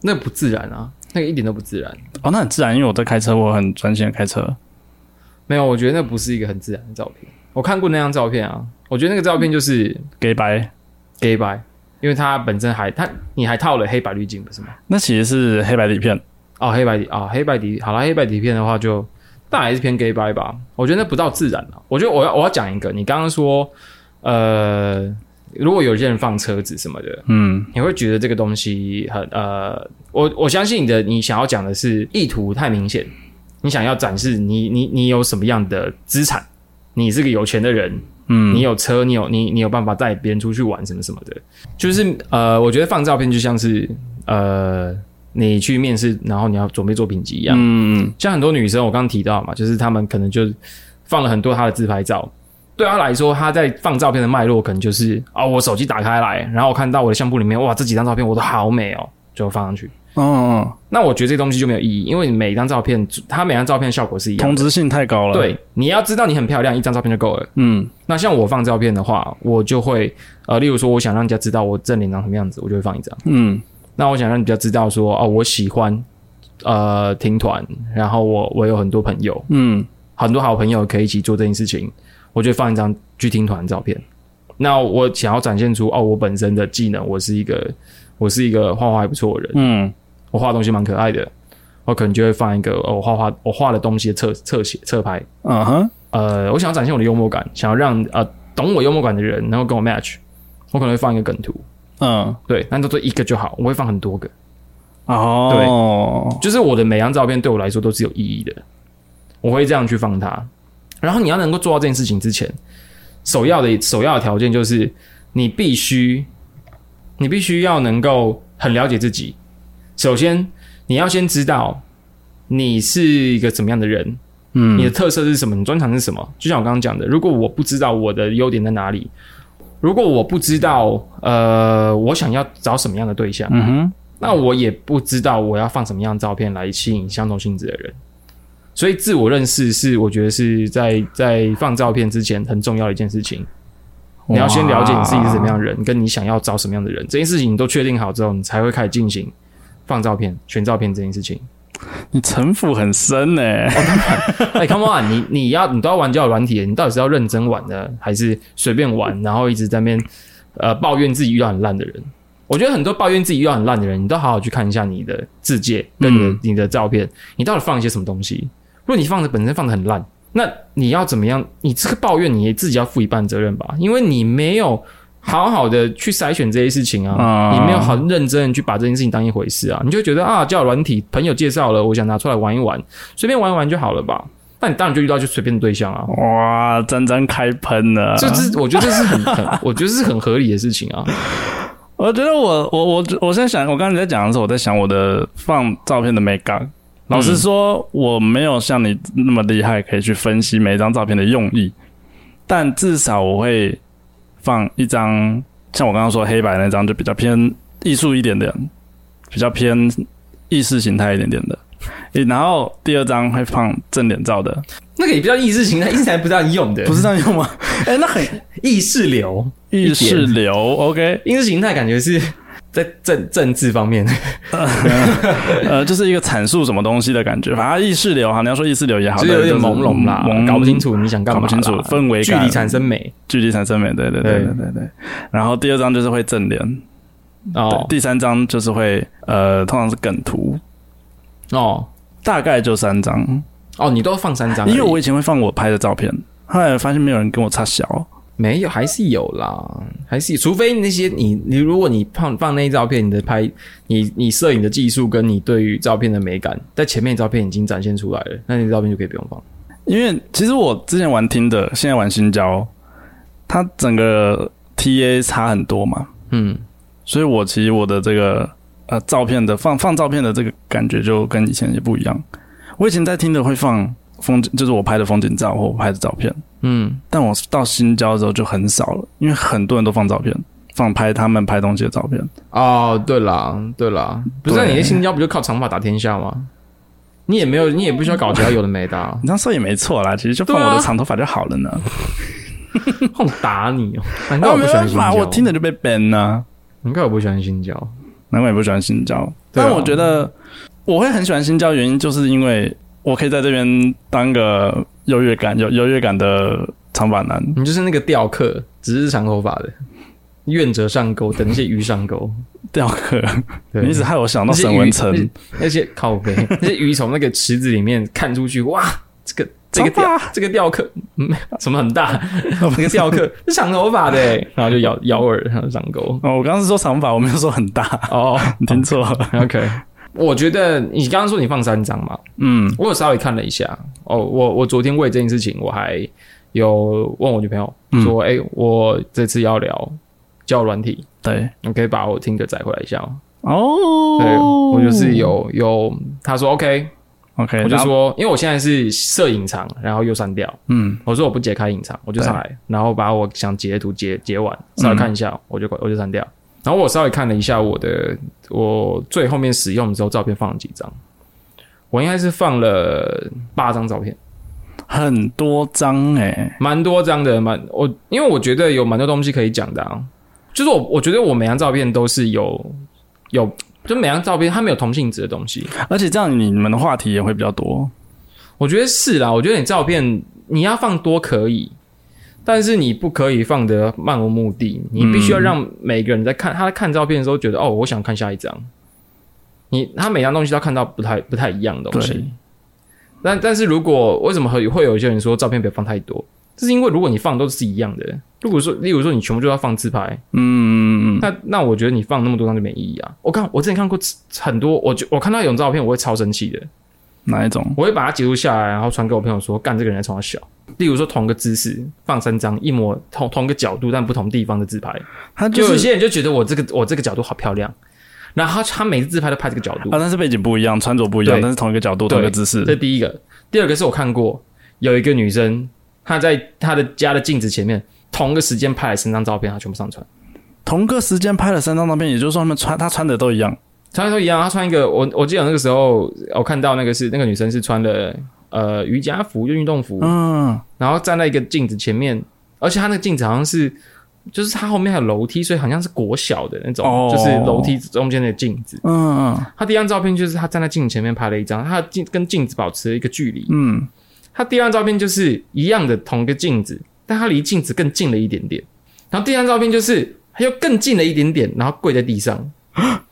Speaker 2: 那个不自然啊，那个一点都不自然。
Speaker 1: 哦，那很自然，因为我在开车，我很专心的开车。
Speaker 2: 没有，我觉得那不是一个很自然的照片。我看过那张照片啊，我觉得那个照片就是
Speaker 1: 给白，
Speaker 2: gay 白，因为它本身还它你还套了黑白滤镜不是吗？
Speaker 1: 那其实是黑白底片。
Speaker 2: 哦，黑白底啊、黑白底，好啦，黑白底片的话就但还是偏 gay 白吧。我觉得那不到自然了。我觉得我要我要讲一个，你刚刚说呃，如果有些人放车子什么的，
Speaker 1: 嗯，
Speaker 2: 你会觉得这个东西很呃，我我相信你的你想要讲的是意图太明显，你想要展示你你你有什么样的资产，你是个有钱的人，
Speaker 1: 嗯，
Speaker 2: 你有车，你有你你有办法带别人出去玩什么什么的，就是呃，我觉得放照片就像是呃，你去面试，然后你要准备作品集一样，
Speaker 1: 嗯，
Speaker 2: 像很多女生，我刚刚提到嘛，就是她们可能就放了很多她的自拍照。对她来说，她在放照片的脉络可能就是啊、我手机打开来，然后我看到我的相簿里面，哇，这几张照片我都好美哦，就放上去。
Speaker 1: 哦哦，
Speaker 2: 那我觉得这东西就没有意义，因为你每一张照片，它每张照片效果是一样
Speaker 1: 同
Speaker 2: 的。
Speaker 1: 质性太高了。，
Speaker 2: 对，你要知道你很漂亮，一张照片就够了。
Speaker 1: 嗯
Speaker 2: 那像我放照片的话，我就会呃，例如说，我想让人家知道我正脸长什么样子，我就会放一张。
Speaker 1: 嗯
Speaker 2: 那我想让人家知道说，哦，我喜欢呃听团，然后我我有很多朋友，
Speaker 1: 嗯
Speaker 2: 很多好朋友可以一起做这件事情，我就放一张去听团的照片。那我想要展现出哦，我本身的技能，我是一个我是一个画画还不错的人，
Speaker 1: 嗯
Speaker 2: 我画东西蛮可爱的，我可能就会放一个哦，我画画我画的东西的侧侧写侧拍，
Speaker 1: 嗯哼，
Speaker 2: 呃，我想要展现我的幽默感，想要让呃懂我幽默感的人能够跟我 match，我可能会放一个梗图，
Speaker 1: 嗯，
Speaker 2: 对，那就做一个就好，我会放很多个，
Speaker 1: 哦，
Speaker 2: 就是我的每张照片对我来说都是有意义的，我会这样去放它。然后你要能够做到这件事情之前，首要的首要的条件就是你必须，你必须要能够很了解自己。首先，你要先知道你是一个怎么样的人，你的
Speaker 1: 嗯
Speaker 2: 特色是什么，你专长是什么。就像我刚刚讲的，如果我不知道我的优点在哪里，如果我不知道呃我想要找什么样的对象，
Speaker 1: 嗯哼，
Speaker 2: 那我也不知道我要放什么样的照片来吸引相同性质的人，所以自我认识是我觉得是在在放照片之前很重要的一件事情。你要先了解你自己是怎么样的人，跟你想要找什么样的人，这件事情你都确定好之后，你才会开始进行放照片、选照片这件事情。
Speaker 1: 你城府很深欸呢、
Speaker 2: 哎、c o m e on，你你要你都要玩交友软体，你到底是要认真玩呢，还是随便玩，然后一直在那边呃抱怨自己遇到很烂的人？我觉得很多抱怨自己遇到很烂的人，你都好好去看一下你的字界跟你的、
Speaker 1: 嗯
Speaker 2: 你的照片，你到底放了一些什么东西？如果你放的本身放的很烂，那你要怎么样？你这个抱怨你自己要负一半责任吧，因为你没有好好的去筛选这些事情啊，
Speaker 1: 啊
Speaker 2: 你没有好认真的去把这件事情当一回事啊，你就觉得啊，交友软体朋友介绍了，我想拿出来玩一玩，随便玩一玩就好了吧。那你当然就遇到就随便的对象啊，
Speaker 1: 哇，詹詹开喷了。
Speaker 2: 这这我觉得这是很
Speaker 1: (laughs)
Speaker 2: 很，我觉得这是很合理的事情啊。
Speaker 1: 我觉得我我我我现在想，我刚才在讲的时候，我在想我的放照片的美感。老实说，我没有像你那么厉害，可以去分析每一张照片的用意，但至少我会放一张，像我刚刚说黑白那张，就比较偏艺术一点点，比较偏意识形态一点点的。诶然后第二张会放正脸照的，
Speaker 2: 那个也不叫意识形态，意识形态不是这样用的，
Speaker 1: 不是这样用吗？哎、那 (laughs) 很
Speaker 2: 意识流，
Speaker 1: 意识流，OK，
Speaker 2: 意识形态感觉是在政政治方面。
Speaker 1: 呃，就是一个阐述什么东西的感觉。反正意识流哈，你要说意识流也好，
Speaker 2: 就是有点
Speaker 1: 但是
Speaker 2: 朦胧啦，
Speaker 1: 朦嗯
Speaker 2: 搞不清，楚你想干
Speaker 1: 搞
Speaker 2: 嘛
Speaker 1: 不
Speaker 2: 啦，
Speaker 1: 清楚氛围
Speaker 2: 距
Speaker 1: 感
Speaker 2: 离产生美
Speaker 1: 距离产生美，对对对
Speaker 2: 对
Speaker 1: 对对对。然后第二张就是会正脸，对
Speaker 2: 哦
Speaker 1: 第三张就是会呃，通常是梗图，
Speaker 2: 哦
Speaker 1: 大概就三张。
Speaker 2: 哦，你都放三张而已，
Speaker 1: 因为我以前会放我拍的照片，后来发现没有人跟我差小，
Speaker 2: 没有，还是有啦，还是除非那些你你，如果你放放那些照片，你的拍你你摄影的技术跟你对于照片的美感，在前面照片已经展现出来了，那你的照片就可以不用放。
Speaker 1: 因为其实我之前玩听的，现在玩新交，它整个 TA 差很多嘛，
Speaker 2: 嗯，
Speaker 1: 所以我其实我的这个呃照片的放放照片的这个感觉就跟以前也不一样。我以前在听的会放风景，就是我拍的风景照或我拍的照片，
Speaker 2: 嗯，
Speaker 1: 但我到新交的时候就很少了，因为很多人都放照片，放拍他们拍东西的照片。
Speaker 2: 哦，对啦，对啦，不是那
Speaker 1: 对，
Speaker 2: 你的新交不就靠长发打天下吗？你也没有，你也不需要搞其他有的没的、
Speaker 1: (laughs)
Speaker 2: 啊
Speaker 1: 你这样说也没错啦，其实就放
Speaker 2: 对啊
Speaker 1: 我的长头发就好了呢。
Speaker 2: 我打你哦！难怪
Speaker 1: 那
Speaker 2: 我
Speaker 1: 没
Speaker 2: 不喜欢
Speaker 1: 办
Speaker 2: 新
Speaker 1: 法，
Speaker 2: 交，
Speaker 1: 我听着就被 ban 呢、
Speaker 2: 难怪我不喜欢新交。
Speaker 1: 难怪你不喜欢新交。
Speaker 2: 对啊
Speaker 1: 但我觉得我会很喜欢新交，原因就是因为我可以在这边当个优越感有优越感的长发男。
Speaker 2: 你就是那个钓客，只是长头发的，愿者上钩，等那些鱼上钩。
Speaker 1: 雕刻，
Speaker 2: 对
Speaker 1: 你一直害我想到
Speaker 2: 那些
Speaker 1: 沈
Speaker 2: 鱼
Speaker 1: 文成
Speaker 2: 那些那些靠 (laughs) 背，那些鱼从那个池子里面看出去，哇，这个这个
Speaker 1: 长
Speaker 2: 钓
Speaker 1: 发
Speaker 2: 这个钓客，嗯，什么很大，这个钓客是长头发的 (laughs) 欸，然后就咬咬饵，然后上钩。
Speaker 1: 哦，我刚刚是说长发，我没有说很大，
Speaker 2: 哦
Speaker 1: 你听错了。
Speaker 2: ，OK，我觉得你刚刚说你放三张嘛，
Speaker 1: 嗯，
Speaker 2: 我有稍微看了一下。哦，我我昨天为这件事情，我还有问我女朋友说，哎、我这次要聊教软体，
Speaker 1: 对。
Speaker 2: 你可以把我听的载回来一下吗？
Speaker 1: 哦，
Speaker 2: 对我就是有有，他说 OK，
Speaker 1: OK，
Speaker 2: 我就
Speaker 1: 嗯然后
Speaker 2: 说，因为我现在是设隐藏，然后又删掉，
Speaker 1: 嗯，
Speaker 2: 我说我不解开隐藏，我就上来，然后把我想截的图截截完，稍微看一下，
Speaker 1: 嗯
Speaker 2: 我就我就删掉。然后我稍微看了一下我的我最后面使用的时候照片放了几张，我应该是放了八张照片，
Speaker 1: 很多张哎，
Speaker 2: 蛮多张的，蛮我因为我觉得有蛮多东西可以讲的啊，就是我我觉得我每张照片都是有有。就每张照片，它没有同性质的东西，
Speaker 1: 而且这样你们的话题也会比较多。
Speaker 2: 我觉得是啦，我觉得你照片你要放多可以，但是你不可以放得漫无目的，你必须要让每个人在看、他在看照片的时候觉得哦，我想看下一张。你他每样东西都要看到不太不太一样的东
Speaker 1: 对
Speaker 2: 西。但但是如果为什么会会有一些人说照片不要放太多？这是因为如果你放都是一样的，如果说例如说你全部都要放自拍，
Speaker 1: 嗯，
Speaker 2: 那那我觉得你放那么多张就没意义啊。我看我之前看过很多，我就我看到有照片我会超生气的，
Speaker 1: 哪一种？
Speaker 2: 我会把它截图下来，然后传给我朋友说，干这个人在从小。例如说同个姿势放三张一模同同个角度但不同地方的自拍，
Speaker 1: 他
Speaker 2: 就
Speaker 1: 就
Speaker 2: 有
Speaker 1: 是
Speaker 2: 些人就觉得我这个我这个角度好漂亮，然后他他每次自拍都拍这个角度
Speaker 1: 啊，，但是背景不一样，穿着不一样，
Speaker 2: 对
Speaker 1: 但是同一个角度，同一个姿势
Speaker 2: 这。第一个。第二个是我看过有一个女生，她在她的家的镜子前面同个时间拍了三张照片，她全部上传。
Speaker 1: 同个时间拍了三张照片，也就是说他们穿他穿的都一样。
Speaker 2: 穿都一样，她穿一个我我记得那个时候我看到那个是那个女生是穿了呃瑜伽服就运动服，
Speaker 1: 嗯，
Speaker 2: 然后站在一个镜子前面，而且他那个镜子好像是，就是他后面还有楼梯，所以好像是国小的那种，
Speaker 1: 哦
Speaker 2: 就是楼梯中间的镜子。
Speaker 1: 嗯嗯
Speaker 2: 他第一张照片就是他站在镜子前面拍了一张，他镜跟镜子保持了一个距离。
Speaker 1: 嗯，
Speaker 2: 他第二张照片就是一样的同一个镜子，但他离镜子更近了一点点。然后第三张照片就是他又更近了一点点，然后跪在地上。 (gasps)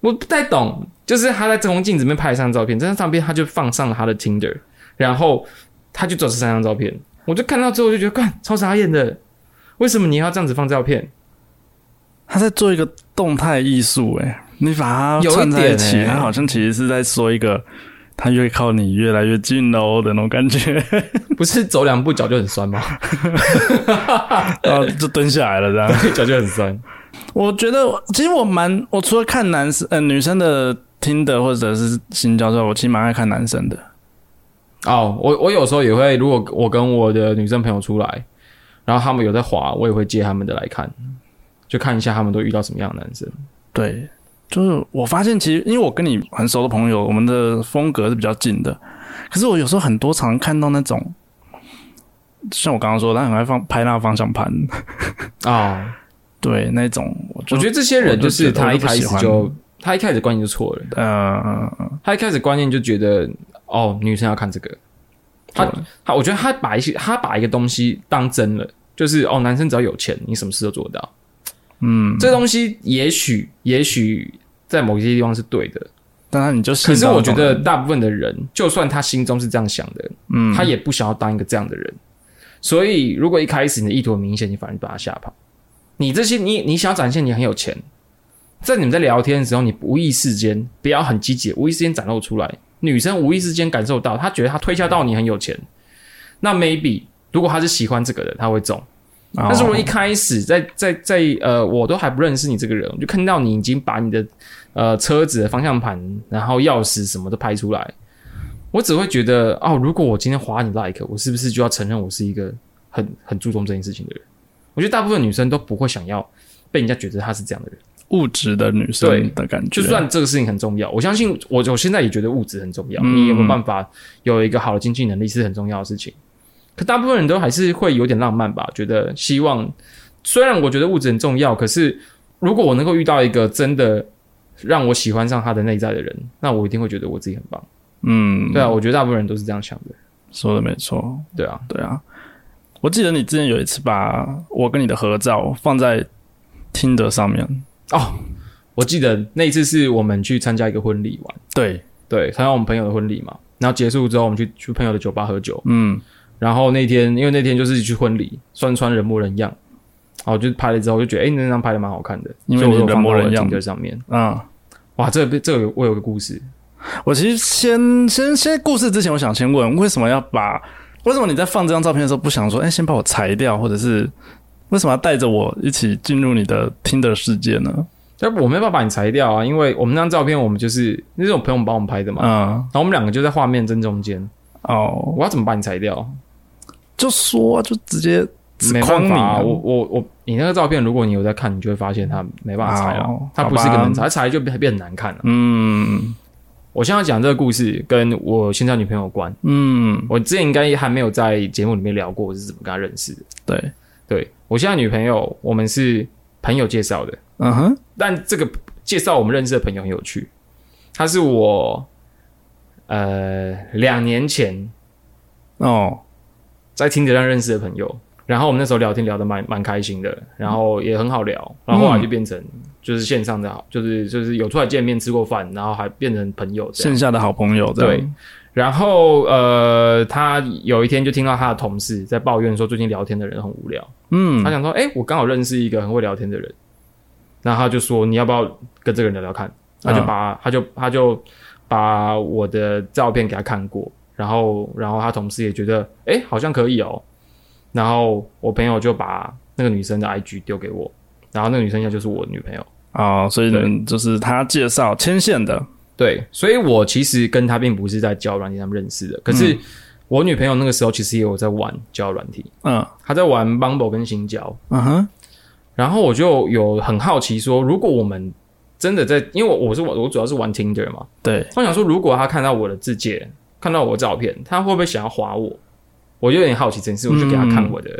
Speaker 2: 我不太懂，就是他在从镜子里面拍了三张照片，这张照片他就放上了他的 Tinder，然后他就走这三张照片。我就看到之后就觉得，干超傻眼的，为什么你要这样子放照片？
Speaker 1: 他在做一个动态艺术，哎，你把它
Speaker 2: 有一
Speaker 1: 串在一起，
Speaker 2: 点欸
Speaker 1: 他好像其实是在说一个他越靠你越来越近喽的那种感觉， (laughs)
Speaker 2: 不是走两步脚就很酸吗？ (laughs)
Speaker 1: 然后就蹲下来了这样。
Speaker 2: 脚就很酸。
Speaker 1: 我觉得我其实我蛮，我除了看男生呃女生的听的或者是新交之外，我其实蛮爱看男生的。
Speaker 2: 哦，我我有时候也会，如果我跟我的女生朋友出来，然后他们有在滑，我也会借他们的来看，就看一下他们都遇到什么样的男生。
Speaker 1: 对，就是我发现其实因为我跟你很熟的朋友，我们的风格是比较近的。可是我有时候很多常看到那种，像我刚刚说，他很爱放拍那个方向盘，
Speaker 2: 哦，
Speaker 1: 对那种，我就
Speaker 2: 我觉得这些人就是他一开始
Speaker 1: 我就
Speaker 2: 就他一开始观念就错了，
Speaker 1: 呃，
Speaker 2: 他一开始观念就觉得哦，女生要看这个，他
Speaker 1: 对
Speaker 2: 他我觉得他把一些他把一个东西当真了，就是哦，男生只要有钱，你什么事都做得到。
Speaker 1: 嗯，
Speaker 2: 这东西也许也许在某些地方是对的，
Speaker 1: 当然你就
Speaker 2: 可
Speaker 1: 信
Speaker 2: 是
Speaker 1: 到那
Speaker 2: 我
Speaker 1: 种
Speaker 2: 觉得大部分的人，就算他心中是这样想的，
Speaker 1: 嗯，
Speaker 2: 他也不想要当一个这样的人，所以如果一开始你的意图很明显，你反而把他吓跑。你这些你你想展现你很有钱，在你们在聊天的时候，你无意之间不要很积极，无意之间展露出来，女生无意之间感受到，她觉得她推销到你很有钱，那 maybe 如果她是喜欢这个的，她会中。
Speaker 1: 哦
Speaker 2: 但是我一开始在在在呃，我都还不认识你这个人，我就看到你已经把你的呃车子的方向盘，然后钥匙什么都拍出来，我只会觉得哦，如果我今天划你 like，我是不是就要承认我是一个很很注重这件事情的人？我觉得大部分女生都不会想要被人家觉得她是这样的人，
Speaker 1: 物质的女
Speaker 2: 对
Speaker 1: 生的感觉，
Speaker 2: 就算这个事情很重要，我相信我我现在也觉得物质很重要，
Speaker 1: 嗯
Speaker 2: 你有没有办法有一个好的经济能力是很重要的事情。可大部分人都还是会有点浪漫吧，觉得希望。虽然我觉得物质很重要，可是如果我能够遇到一个真的让我喜欢上他的内在的人，那我一定会觉得我自己很棒。
Speaker 1: 嗯，
Speaker 2: 对啊，我觉得大部分人都是这样想的。
Speaker 1: 说的没错，
Speaker 2: 对啊，
Speaker 1: 对啊，我记得你之前有一次把我跟你的合照放在听的上面，
Speaker 2: 哦，我记得那一次是我们去参加一个婚礼玩，
Speaker 1: 对，
Speaker 2: 对，参加我们朋友的婚礼嘛。然后结束之后，我们去去朋友的酒吧喝酒，
Speaker 1: 嗯，
Speaker 2: 然后那天因为那天就是去婚礼，算穿人模人样，然后我就拍了之后就觉得，哎、那张拍的蛮好看的，
Speaker 1: 因为
Speaker 2: 所以我
Speaker 1: 你
Speaker 2: 就
Speaker 1: 人
Speaker 2: 放
Speaker 1: 模
Speaker 2: 到我
Speaker 1: 人
Speaker 2: 的
Speaker 1: 样
Speaker 2: Tinder 上面。
Speaker 1: 啊、
Speaker 2: 哇，这个这个有我有个故事，
Speaker 1: 我其实先先先故事之前，我想先问，为什么要把为什么你在放这张照片的时候不想说，哎、先把我裁掉，或者是为什么要带着我一起进入你的听的世界呢？
Speaker 2: 但我没办法把你裁掉啊，因为我们那张照片我们就是那是我朋友帮我们拍的嘛，
Speaker 1: 嗯，
Speaker 2: 然后我们两个就在画面正中间，
Speaker 1: 哦，
Speaker 2: 我要怎么把你裁掉？
Speaker 1: 就说啊就直接只
Speaker 2: 没
Speaker 1: 框
Speaker 2: 办
Speaker 1: 你
Speaker 2: 法、
Speaker 1: 啊、
Speaker 2: 啊，我我我，你那个照片，如果你有在看，你就会发现它没办法裁了、
Speaker 1: 哦
Speaker 2: 它不是一个能
Speaker 1: 好
Speaker 2: 裁，它裁就变变难看了、
Speaker 1: 嗯
Speaker 2: 我现在讲这个故事跟我现在女朋友有关，
Speaker 1: 嗯，
Speaker 2: 我之前应该还没有在节目里面聊过我是怎么跟她认识的。
Speaker 1: 对，
Speaker 2: 对我现在女朋友，我们是朋友介绍的，
Speaker 1: 嗯哼，
Speaker 2: 但这个介绍我们认识的朋友很有趣，他是我呃两年前啊
Speaker 1: 哦，
Speaker 2: 在听着上认识的朋友，然后我们那时候聊天聊得蛮蛮开心的，然后也很好聊，然后后来就变成就是线上的好，就是就是有出来见面吃过饭，然后还变成朋友这样。
Speaker 1: 线下的好朋友这样，
Speaker 2: 然后呃，他有一天就听到他的同事在抱怨说，最近聊天的人很无聊。
Speaker 1: 嗯
Speaker 2: 他，想说，哎、我刚好认识一个很会聊天的人，然后他就说，你要不要跟这个人聊聊看？他就把、他就他就把我的照片给他看过，然后然后他同事也觉得，哎、好像可以哦。然后我朋友就把那个女生的 IG 丢给我，然后那个女生现在就是我女朋友。
Speaker 1: 哦，所以
Speaker 2: 对
Speaker 1: 呢，就是他介绍牵线的，
Speaker 2: 对，所以我其实跟她并不是在交友软体上认识的，可是我女朋友那个时候其实也有在玩交友软体，
Speaker 1: 嗯
Speaker 2: 她在玩 Bumble 跟新交，
Speaker 1: 嗯哼，
Speaker 2: 然后我就有很好奇说，如果我们真的在，因为我我是我我主要是玩 Tinder 嘛，
Speaker 1: 对，
Speaker 2: 我想说，如果他看到我的字界，看到我的照片，他会不会想要划我？我就有点好奇这件事，我就给他看我的、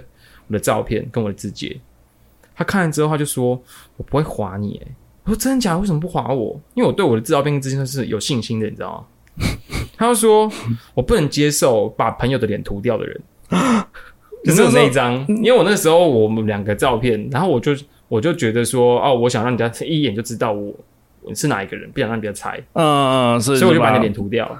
Speaker 2: 我的照片跟我的字界。他看了之后，他就说：“我不会划你。”欸，我说：“真的假的？为什么不划我？因为我对我的照片跟字界是有信心的，你知道吗？”他就说：“我不能接受把朋友的脸涂掉的人。”就是我那一张，因为我那时候我们两个照片，然后我就我就觉得说，哦，我想让人家一眼就知道我我是哪一个人，不想让别人猜。
Speaker 1: 嗯，所以
Speaker 2: 所以我就把
Speaker 1: 把
Speaker 2: 你的脸涂掉。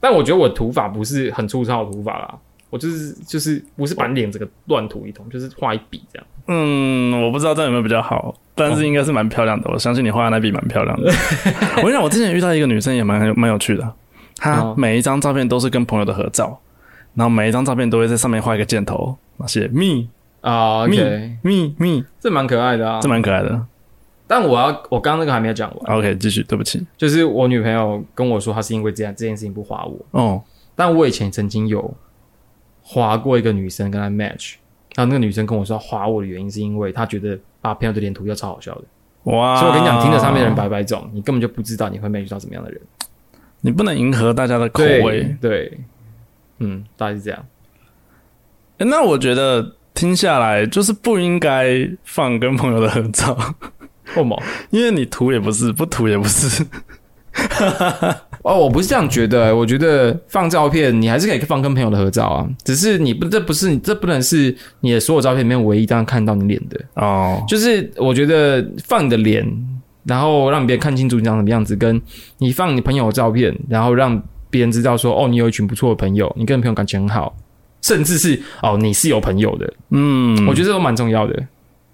Speaker 2: 但我觉得我涂法不是很粗糙的涂法啦，我就是就是不是
Speaker 1: 哦
Speaker 2: 把你脸整个乱涂一通，就是画一笔这样。
Speaker 1: 嗯，我不知道这样有没有比较好，但是应该是蛮漂
Speaker 2: 哦
Speaker 1: 亮的。我相信你画的那笔蛮漂
Speaker 2: (laughs)
Speaker 1: 亮的。我跟你讲，我之前遇到一个女生也蛮蛮有趣的，她
Speaker 2: 哦
Speaker 1: 每一张照片都是跟朋友的合照，然后每一张照片都会在上面画一个箭头，那写 me
Speaker 2: 啊
Speaker 1: OK，me me，
Speaker 2: 这蛮可爱的啊
Speaker 1: 这。蛮可爱的。
Speaker 2: 但我要我刚刚那个还没有讲完，
Speaker 1: OK，继续，对不起。
Speaker 2: 就是我女朋友跟我说，她是因为这样这件事情不划我。
Speaker 1: 哦，
Speaker 2: 但我以前曾经有划过一个女生跟她 match，然后那个女生跟我说划我的原因是因为她觉得把朋友的脸涂掉超好笑的。
Speaker 1: 哇！
Speaker 2: 所以我跟
Speaker 1: 啊
Speaker 2: 你讲，听着上面的人，百百种，你根本就不知道你会 match 到什么样的人。
Speaker 1: 你不能迎合大家的口味。
Speaker 2: 对对，嗯，大概是这样。
Speaker 1: 诶那我觉得听下来就是不应该放跟朋友的合照， (laughs)
Speaker 2: 后某。
Speaker 1: 因为你涂也不是，不涂也不是。 (laughs)
Speaker 2: 哦，我不是这样觉得，我觉得放照片你还是可以放跟朋友的合照啊，只是你不这不是这不能是你的所有照片里面唯一一张看到你脸的，
Speaker 1: 哦，
Speaker 2: 就是我觉得放你的脸，然后让别人看清楚你长什么样子，跟你放你朋友的照片，然后让别人知道说哦，你有一群不错的朋友，你跟朋友感情很好，甚至是哦你是有朋友的，
Speaker 1: 嗯，
Speaker 2: 我觉得这都蛮重要的，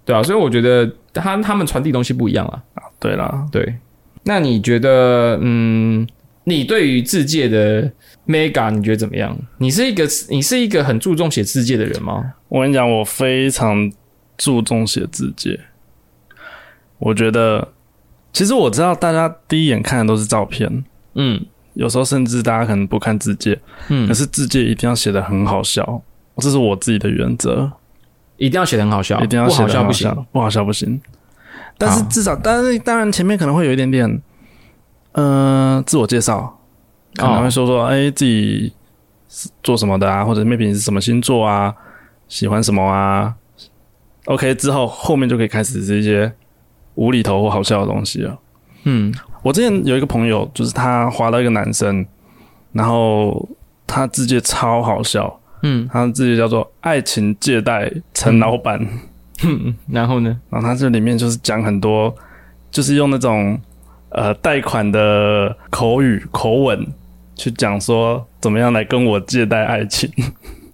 Speaker 2: 对啊，所以我觉得他他们传递东西不一样啊。
Speaker 1: 对啦，
Speaker 2: 对，那你觉得，嗯，你对于自界的 mega 你觉得怎么样？你是一个你是一个很注重写自界的人吗？
Speaker 1: 我跟你讲，我非常注重写字界。我觉得，其实我知道大家第一眼看的都是照片，
Speaker 2: 嗯
Speaker 1: 有时候甚至大家可能不看字界，
Speaker 2: 嗯
Speaker 1: 可，是字界一定要写的很好笑，这是我自己的原则，
Speaker 2: 一定要写的很好笑，
Speaker 1: 一定要
Speaker 2: 不
Speaker 1: 写
Speaker 2: 好
Speaker 1: 的
Speaker 2: 笑
Speaker 1: 好
Speaker 2: 不
Speaker 1: 笑
Speaker 2: 行。，
Speaker 1: 不好笑不行。但是
Speaker 2: 好
Speaker 1: 至少，但是当然前面可能会有一点点，呃，自我介绍，可能会说说，哎、自己是做什么的啊，或者 maybe 你是什么星座啊，喜欢什么啊。OK，之后后面就可以开始这些无厘头或好笑的东西了。
Speaker 2: 嗯
Speaker 1: 我之前有一个朋友，就是他滑到一个男生，然后他字界超好笑，
Speaker 2: 嗯
Speaker 1: 他字界叫做“爱情借贷陈老板”，嗯
Speaker 2: 哼， (laughs) 然后呢？
Speaker 1: 然后他这里面就是讲很多，就是用那种呃贷款的口语口吻去讲说怎么样来跟我借贷爱情，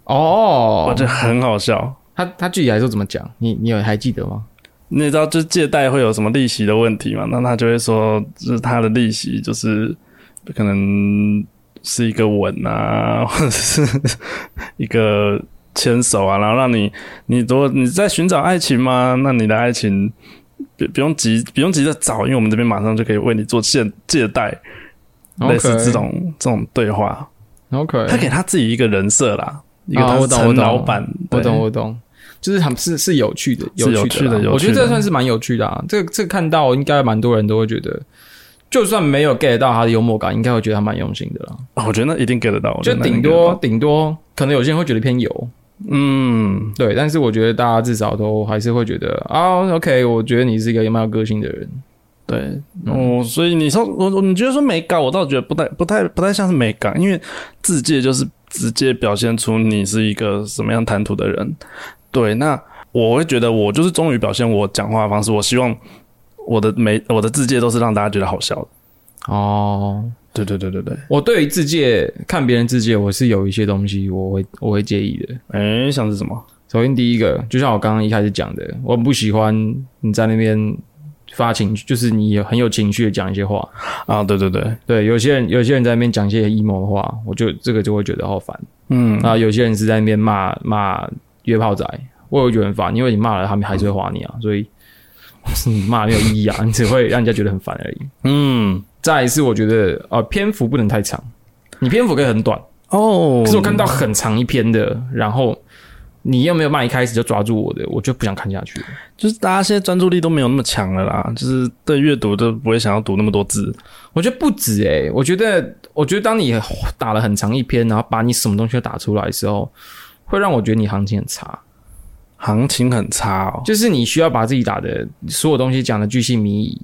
Speaker 1: 我
Speaker 2: 哦
Speaker 1: 觉，得很好笑。
Speaker 2: 他他具体来说怎么讲？你你有还记得吗？
Speaker 1: 你也知道，就是借贷会有什么利息的问题嘛？那他就会说，就是他的利息就是可能是一个吻啊， (laughs) 或者是一个牵手啊，然后让你你如果你在寻找爱情吗？那你的爱情不不用急，不用急着找，因为我们这边马上就可以为你做借借贷，类似
Speaker 2: OK
Speaker 1: 这种这种对话。
Speaker 2: ，OK，
Speaker 1: 他给他自己一个人设啦，一个
Speaker 2: 啊
Speaker 1: 他
Speaker 2: 我
Speaker 1: 是
Speaker 2: 懂我
Speaker 1: 陈
Speaker 2: 懂
Speaker 1: 老板，
Speaker 2: 我
Speaker 1: 对
Speaker 2: 懂，我懂，就是很是是有趣的，
Speaker 1: 是有
Speaker 2: 趣的
Speaker 1: 趣
Speaker 2: 啦
Speaker 1: 的有
Speaker 2: 我觉得
Speaker 1: 趣的
Speaker 2: 这算是蛮有趣的啊。这个这个看到应该蛮多人都会觉得，就算没有 get 到他的幽默感，应该会觉得他蛮用心的啦。
Speaker 1: 哦我觉得那一定 get 得到，我觉得
Speaker 2: 就
Speaker 1: 那一定
Speaker 2: 顶
Speaker 1: get 得
Speaker 2: 多
Speaker 1: 到，
Speaker 2: 顶多，可能有些人会觉得偏油，
Speaker 1: 嗯。
Speaker 2: 对，但是我觉得大家至少都还是会觉得啊，OK，我觉得你是一个蛮有个性的人。
Speaker 1: 对，哦，所以你说我我你觉得说美感，我倒觉得不太不太不太像是美感，因为自介就是直接表现出你是一个什么样谈吐的人。对，那我会觉得我就是忠于表现我讲话的方式，我希望我的每我的自介都是让大家觉得好笑的。
Speaker 2: 哦，
Speaker 1: 对对对对对，
Speaker 2: 我对于自介看别人自介，我是有一些东西我会我会介意的。
Speaker 1: 哎，像是什么？
Speaker 2: 首先第一个，就像我刚刚一开始讲的，我很不喜欢你在那边发情绪，就是你有很有情绪的讲一些话。
Speaker 1: 啊，对对对，
Speaker 2: 对，有些人有些人在那边讲一些 emo 的话，我就这个就会觉得好烦。
Speaker 1: 嗯，
Speaker 2: 啊，有些人是在那边骂骂约炮仔，我也会觉得很烦，因为你骂了他们还是会划你啊，所以你骂没有意义啊，你只会让人家觉得很烦而已。
Speaker 1: 嗯，
Speaker 2: 再来是我觉得呃篇幅不能太长，你篇幅可以很短，
Speaker 1: 哦，
Speaker 2: 可是我看到很长一篇的，然后你又没有办法一开始就抓住我的，我就不想看下去了。
Speaker 1: 就是大家现在专注力都没有那么强了啦，就是对阅读都不会想要读那么多字。
Speaker 2: 我觉得不止诶、我觉得我觉得当你打了很长一篇，然后把你什么东西都打出来的时候，会让我觉得你行情很差。
Speaker 1: 行情很差哦，
Speaker 2: 就是你需要把自己打的所有东西讲的巨细靡遗，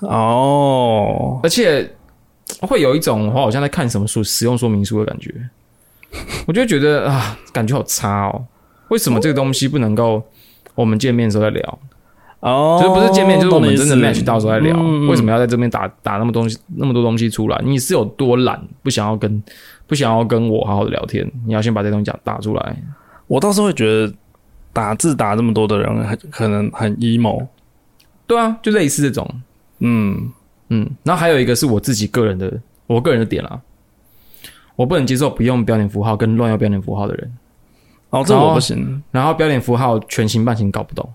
Speaker 1: 哦，
Speaker 2: 而且会有一种我好像在看什么书使用说明书的感觉，我就觉得啊，感觉好差哦。为什么这个东西不能够我们见面的时候再聊？
Speaker 1: 哦，
Speaker 2: 就是不是见面，就是我们真的
Speaker 1: 懂你意
Speaker 2: match
Speaker 1: 思
Speaker 2: 到的时候再聊。
Speaker 1: 嗯嗯
Speaker 2: 为什么要在这边打打那么东西那么多东西出来？你是有多懒，不想要跟不想要跟我好好的聊天？你要先把这东西讲打出来。
Speaker 1: 我倒是会觉得打字打这么多的人，很可能很 emo。
Speaker 2: 对啊，就类似这种。
Speaker 1: 嗯，
Speaker 2: 嗯，然后还有一个是我自己个人的，我个人的点啦、啊我不能接受不用标点符号跟乱用标点符号的人。
Speaker 1: 哦，这我不行。
Speaker 2: 然后标点符号全形半形搞不懂，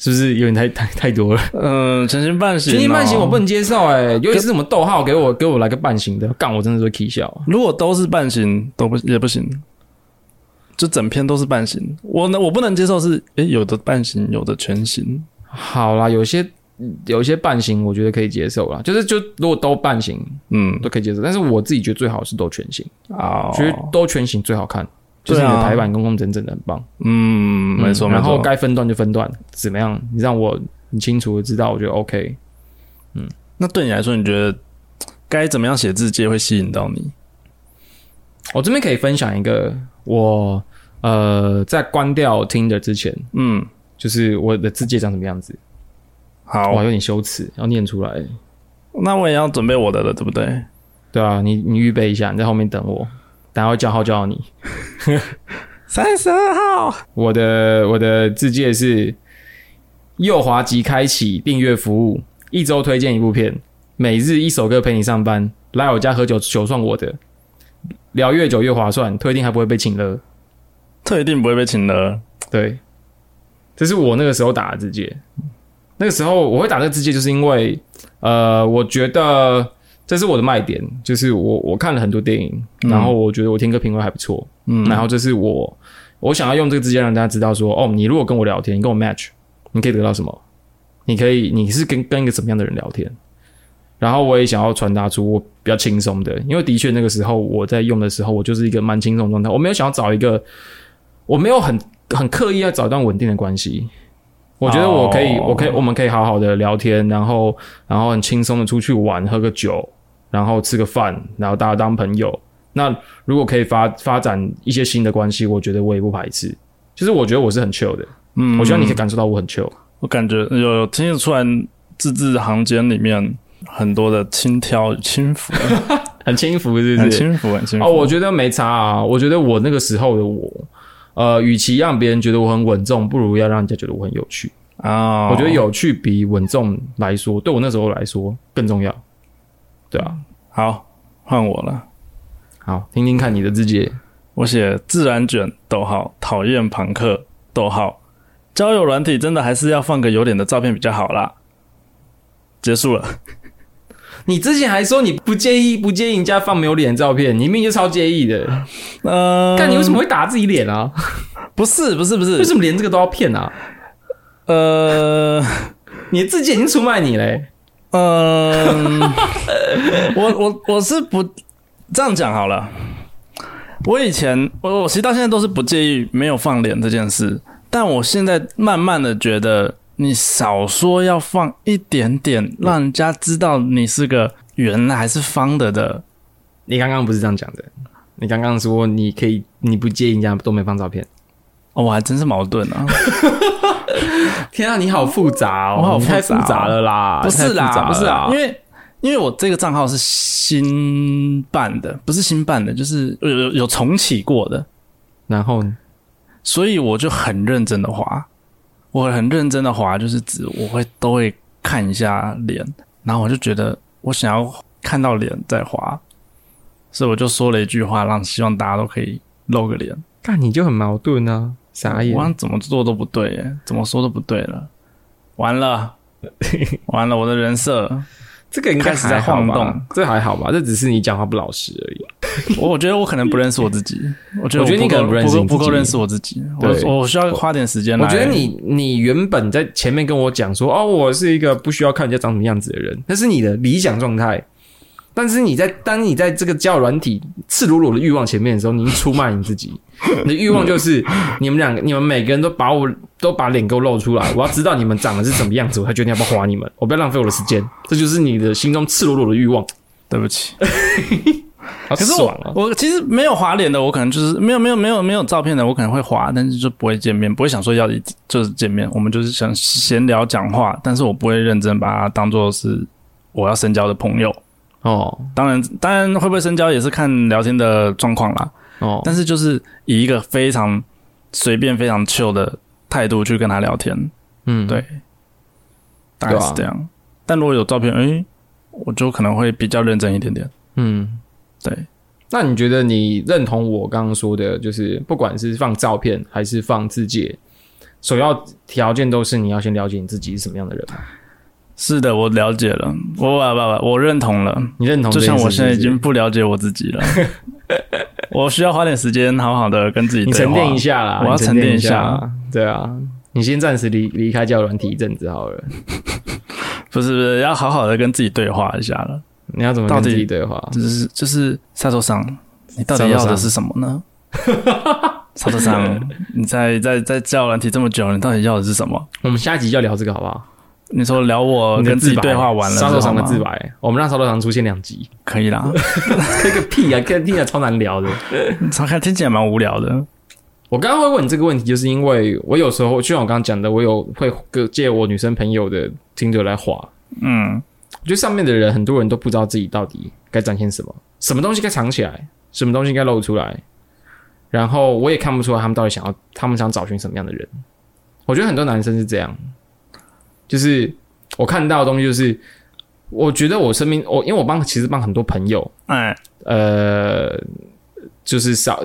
Speaker 2: 是不是有点太太太多了？
Speaker 1: 嗯、全形半形、
Speaker 2: 全哦形半形我不
Speaker 1: 能。
Speaker 2: 能接受哎、尤其是什么逗号，给我给我来个半形的，干我真的是会气笑。
Speaker 1: 如果都是半形，都不也不行。就整篇都是半形，我呢，我不能接受是，诶、有的半形，有的全形。
Speaker 2: 好啦，有些有些半形我觉得可以接受啦，就是就如果都半形
Speaker 1: 嗯，
Speaker 2: 都可以接受，但是我自己觉得最好是都全形，
Speaker 1: 哦，
Speaker 2: 觉得都全形最好看，就是你
Speaker 1: 对
Speaker 2: 的
Speaker 1: 啊
Speaker 2: 排版工工整整的很棒。
Speaker 1: 嗯，没错、没错。
Speaker 2: 嗯然后该分段就分段，怎么样？你让我很清楚的知道，我觉得 OK。
Speaker 1: 那对你来说，你觉得该怎么样写字界会吸引到你？
Speaker 2: 我这边可以分享一个，我呃在关掉 Tinder 之前，
Speaker 1: 嗯，
Speaker 2: 就是我的字界长什么样子，
Speaker 1: 好
Speaker 2: 哇，，有点羞耻，要念出来。
Speaker 1: 那我也要准备我的了，对不对？
Speaker 2: 对啊，你你预备一下，你在后面等我。等下会叫号叫到你。
Speaker 1: 三十二号，
Speaker 2: 我的我的字界是右滑即开启订阅服务，一周推荐一部片，每日一首歌陪你上班，来我家喝酒酒算我的，聊越久越划算，退订还不会被请了。
Speaker 1: 这一定不会被请的。
Speaker 2: 对，这是我那个时候打的字界。那个时候我会打这个字界，就是因为呃，我觉得这是我的卖点，就是我我看了很多电影，然后我觉得我听歌品味还不错，
Speaker 1: 嗯，
Speaker 2: 然后这是我我想要用这个直接让大家知道说，哦，你如果跟我聊天，你跟我 match，你可以得到什么？你可以你是跟跟一个什么样的人聊天？然后我也想要传达出我比较轻松的，因为的确那个时候我在用的时候，我就是一个蛮轻松的状态，我没有想要找一个，我没有很很刻意要找一段稳定的关系。我觉得我可以
Speaker 1: 哦
Speaker 2: 我可以，我们可以好好的聊天，然后，然后很轻松的出去玩，喝个酒，然后吃个饭，然后大家当朋友。那如果可以发发展一些新的关系，我觉得我也不排斥。就是我觉得我是很 chill 的，
Speaker 1: 嗯，
Speaker 2: 我希望你可以感受到我很 chill。
Speaker 1: 我感觉有有听得出来，字字行间里面很多的轻佻与轻浮，
Speaker 2: 很轻浮，是
Speaker 1: 很？轻浮，很轻浮。
Speaker 2: 哦，我觉得没差啊。我觉得我那个时候的我，呃，与其让别人觉得我很稳重，不如要让人家觉得我很有趣。
Speaker 1: 啊，
Speaker 2: 哦我觉得有趣比稳重来说，对我那时候来说更重要。对啊，
Speaker 1: 好，换我了。
Speaker 2: 好，听听看你的自己。
Speaker 1: 我写自然卷，逗号，讨厌朋克，逗号，交友软体真的还是要放个有脸的照片比较好啦。结束了，
Speaker 2: 你之前还说你不介意不介意人家放没有脸的照片，你明明就超介意的。
Speaker 1: 呃，
Speaker 2: 但你为什么会打自己脸啊？
Speaker 1: 不是不是不
Speaker 2: 为
Speaker 1: 是，
Speaker 2: 什么连这个都要骗啊？
Speaker 1: 呃，
Speaker 2: 你自己已经出卖你嘞、
Speaker 1: 嗯，我我我是不这样讲好了。我以前我我其实到现在都是不介意没有放脸这件事，但我现在慢慢的觉得，你少说要放一点点，让人家知道你是个圆的还是方的的。
Speaker 2: 你刚刚不是这样讲的，你刚刚说你可以，你不介意人家都没放照片。
Speaker 1: 哦，我还真是矛盾啊！
Speaker 2: 天啊，你好复杂哦，
Speaker 1: 我好
Speaker 2: 你
Speaker 1: 复杂哦
Speaker 2: 太复杂了啦，
Speaker 1: (laughs)
Speaker 2: 啊
Speaker 1: 不是
Speaker 2: 太复杂
Speaker 1: 啦，
Speaker 2: 了
Speaker 1: 不是啦，因为因为我这个账号是新办的，不是新办的，就是有有有重启过的。
Speaker 2: 然后呢
Speaker 1: 所以我就很认真的滑，我很认真的滑，就是指我会都会看一下脸，然后我就觉得我想要看到脸再滑，所以我就说了一句话，让希望大家都可以露个脸。
Speaker 2: 干你就很矛盾啊，傻眼
Speaker 1: 我。想怎么做都不对耶，怎么说都不对了，完了，完了，我的人设，
Speaker 2: 这个应该
Speaker 1: 开始在
Speaker 2: 还好吧
Speaker 1: 晃动，
Speaker 2: 这还好吧？这只是你讲话不老实而已。
Speaker 1: 我我觉得我可能不认识我自己，我觉得
Speaker 2: 我觉得你
Speaker 1: 不够
Speaker 2: 可能不认识
Speaker 1: 够
Speaker 2: 你自己
Speaker 1: 不够认识我自己，
Speaker 2: 对
Speaker 1: 我我需要花点时间来。
Speaker 2: 我觉得你你原本在前面跟我讲说，哦，我是一个不需要看人家长什么样子的人，那是你的理想状态。但是你在当你在这个交友软体赤裸裸的欲望前面的时候，你已经出卖你自
Speaker 1: (laughs)
Speaker 2: 己。你的欲望就是你们两个，你们每个人都把我都把脸给我露出来，我要知道你们长得是什么样子，我才决定要不要花你们，我不要浪费我的时间。这就是你的心中赤裸裸的欲望，
Speaker 1: 对不起。可
Speaker 2: 好
Speaker 1: 是
Speaker 2: 爽
Speaker 1: 我
Speaker 2: 啊！
Speaker 1: 我其实没有滑脸的，我可能就是没有没有没有没有照片的，我可能会滑，但是就不会见面，不会想说要一就是见面，我们就是想闲聊讲话，但是我不会认真把它当做是我要深交的朋友。
Speaker 2: 哦
Speaker 1: 当然，当然会不会深交也是看聊天的状况啦，
Speaker 2: 哦，
Speaker 1: 但是就是以一个非常随便、非常 chill 的态度去跟他聊天，
Speaker 2: 嗯，
Speaker 1: 对大概是这样。但如果有照片，诶、我就可能会比较认真一点点。
Speaker 2: 嗯，
Speaker 1: 对。
Speaker 2: 那你觉得你认同我刚刚说的，就是不管是放照片还是放字界，首要条件都是你要先了解你自己是什么样的人吗？
Speaker 1: 是的，我了解了，我我我我我认同了。
Speaker 2: 你认同这
Speaker 1: 就
Speaker 2: 件
Speaker 1: 像
Speaker 2: 事
Speaker 1: 我
Speaker 2: 是
Speaker 1: 现
Speaker 2: 不
Speaker 1: 在
Speaker 2: 是？
Speaker 1: 已经不了解我自己了，我需要花点时间好好的跟自己
Speaker 2: 你
Speaker 1: 对
Speaker 2: 沉
Speaker 1: 话。
Speaker 2: 淀一下啦，
Speaker 1: 我要
Speaker 2: 你沉
Speaker 1: 沉淀
Speaker 2: 一
Speaker 1: 一下
Speaker 2: 下。对啊，你先暂时离离开交友软体一阵子好了。
Speaker 1: 不是不是，要好好的跟自己对话一下了。
Speaker 2: 你要怎么
Speaker 1: 到
Speaker 2: 跟
Speaker 1: 底
Speaker 2: 自己对话？
Speaker 1: 就是就是，萨佐桑，你到底
Speaker 2: 萨佐
Speaker 1: 要
Speaker 2: 桑
Speaker 1: 的是什么
Speaker 2: (laughs)
Speaker 1: 呢？萨佐桑，你在在在教软体这么久，你到底要的是什么？
Speaker 2: 我们下一集就聊这个好不好？
Speaker 1: 你说聊我
Speaker 2: 你的
Speaker 1: 跟自己
Speaker 2: 白
Speaker 1: 对话完了之
Speaker 2: 烧
Speaker 1: 后吗，
Speaker 2: 肉肠的自白，我们让烧肉肠出现两集，
Speaker 1: 可以
Speaker 2: (laughs)
Speaker 1: 啦，
Speaker 2: 这个屁啊，跟听起来超难聊的。
Speaker 1: 常看听起来蛮无聊的。
Speaker 2: 我刚刚会问你这个问题，就是因为我有时候，就像我刚刚讲的，我有会各借我女生朋友的听着来滑，
Speaker 1: 嗯，
Speaker 2: 我觉得上面的人很多人都不知道自己到底该展现什么，什么东西该藏起来，什么东西应该露出来，然后我也看不出来他们到底想要，他们想找寻什么样的人。我觉得很多男生是这样，就是我看到的东西，就是我觉得我身边，我因为我帮其实帮很多朋友，
Speaker 1: 哎，
Speaker 2: 呃，就是少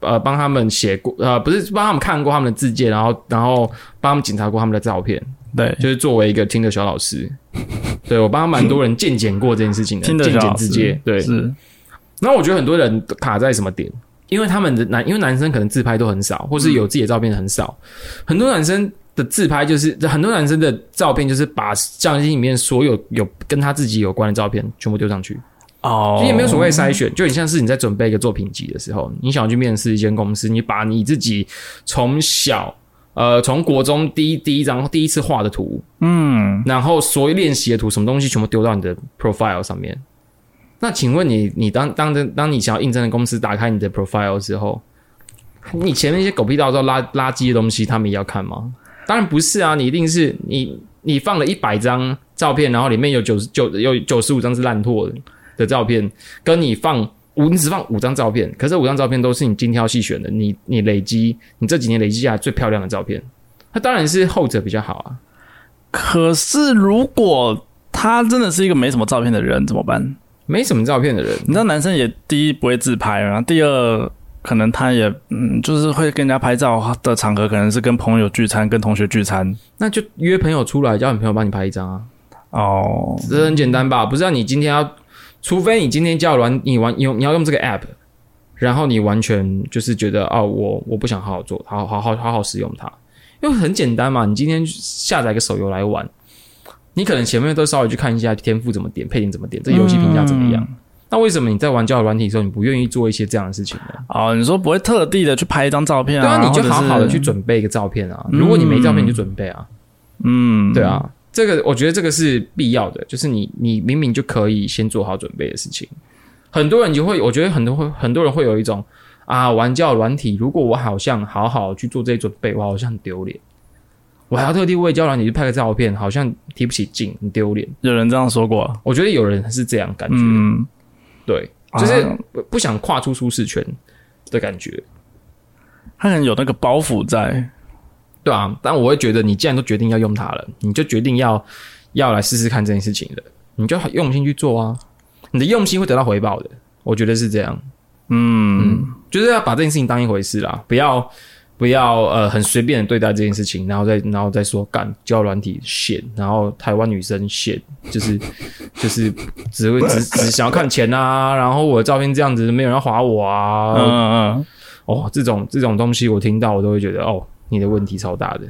Speaker 2: 呃帮他们写过，呃不是帮他们看过他们的字界，然后然后帮他们检查过他们的照片，
Speaker 1: 对，
Speaker 2: 就是作为一个听的小
Speaker 1: (laughs)
Speaker 2: 老师，对我帮蛮多人鉴检过这件事情的，
Speaker 1: 听得
Speaker 2: 鉴
Speaker 1: 小
Speaker 2: 检
Speaker 1: 老
Speaker 2: 字
Speaker 1: 师
Speaker 2: 界，对，
Speaker 1: 是，
Speaker 2: 那我觉得很多人卡在什么点？因为他们的男，因为男生可能自拍都很少，或是有自己的照片很少。很多男生的自拍就是，很多男生的照片就是把相机里面所有有跟他自己有关的照片全部丢上去，
Speaker 1: 哦
Speaker 2: 其实也没有所谓筛选，就很像是你在准备一个作品集的时候，你想要去面试一间公司，你把你自己从小。呃，从国中第一第一张第一次画的图，
Speaker 1: 嗯，
Speaker 2: 然后所有练习的图，什么东西全部丢到你的 profile 上面。那请问你，你当当真当你想要应征的公司打开你的 profile 之后，你前面一些狗屁倒灶、垃垃圾的东西，他们也要看吗？当然不是啊，你一定是你你放了一百张照片，然后里面有九十九有九十五张是烂货的的照片，跟你放五你只放五张照片，可是五张照片都是你精挑细选的，你你累积你这几年累积下来最漂亮的照片，那当然是后者比较好啊。
Speaker 1: 可是如果他真的是一个没什么照片的人怎么办？
Speaker 2: 没什么照片的人，
Speaker 1: 你知道男生也第一不会自拍，然后第二可能他也嗯，就是会跟人家拍照的场合，可能是跟朋友聚餐、跟同学聚餐
Speaker 2: 那就约朋友出来，叫你朋友帮你拍一张啊，
Speaker 1: 哦。
Speaker 2: 这很简单吧？不是让你今天要，除非你今天叫软，你玩用你要用这个 app，然后你完全就是觉得哦，我我不想好好做，好好好好好使用它，因为很简单嘛。你今天下载一个手游来玩，你可能前面都稍微去看一下天赋怎么点，配点怎么点，这游戏评价怎么样。
Speaker 1: 嗯
Speaker 2: 那为什么你在玩交友软体的时候，你不愿意做一些这样的事情呢？
Speaker 1: 哦，你说不会特地的去拍一张照片
Speaker 2: 对啊，你
Speaker 1: 或
Speaker 2: 就
Speaker 1: 者是
Speaker 2: 好好的去准备一个照片啊。如果你没照片，你就准备啊。
Speaker 1: 嗯，
Speaker 2: 对，啊，这个我觉得这个是必要的，就是你你明明就可以先做好准备的事情。很多人就会，我觉得很多会很多人会有一种啊，玩教软体，如果我好像好好去做这些准备，我好像很丢脸，我还要特地为教软体去拍个照片，好像提不起劲，很丢脸。
Speaker 1: 有人这样说过，
Speaker 2: 我觉得有人是这样感觉，
Speaker 1: 嗯，
Speaker 2: 对，就是
Speaker 1: 啊
Speaker 2: 不不想跨出舒适圈的感觉。
Speaker 1: 他可能有那个包袱在，
Speaker 2: 对啊，但我会觉得，你既然都决定要用它了，你就决定要要来试试看这件事情了，你就用心去做啊，你的用心会得到回报的，我觉得是这样，
Speaker 1: 嗯，
Speaker 2: 就是要把这件事情当一回事啦，不要不要呃很随便的对待这件事情，然后再然后再说干教软体 shit，然后台湾女生 shit，就是就是只会只只想要看钱啊，然后我的照片这样子没有人要划我啊，
Speaker 1: 嗯嗯，
Speaker 2: 哦这种这种东西我听到我都会觉得哦你的问题超大的。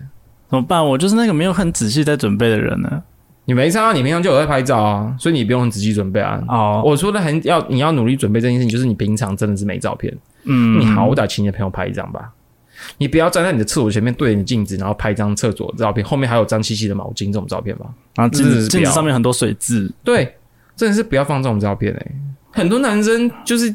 Speaker 1: 怎么办？我就是那个没有很仔细在准备的人呢。
Speaker 2: 你没差啊，你平常就有在拍照啊，所以你不用很仔细准备啊。
Speaker 1: 哦，
Speaker 2: 我说的很要，你要努力准备这件事情，就是你平常真的是没照片，
Speaker 1: 嗯，
Speaker 2: 你好歹请你的朋友拍一张吧。你不要站在你的厕所前面对着你镜子，然后拍一张厕所的照片，后面还有脏兮兮的毛巾这种照片吧？
Speaker 1: 然后镜
Speaker 2: 真的
Speaker 1: 子
Speaker 2: 是
Speaker 1: 镜
Speaker 2: 不
Speaker 1: 子
Speaker 2: 要
Speaker 1: 上面很多水渍，
Speaker 2: 对，真的是不要放这种照片哎、很多男生就是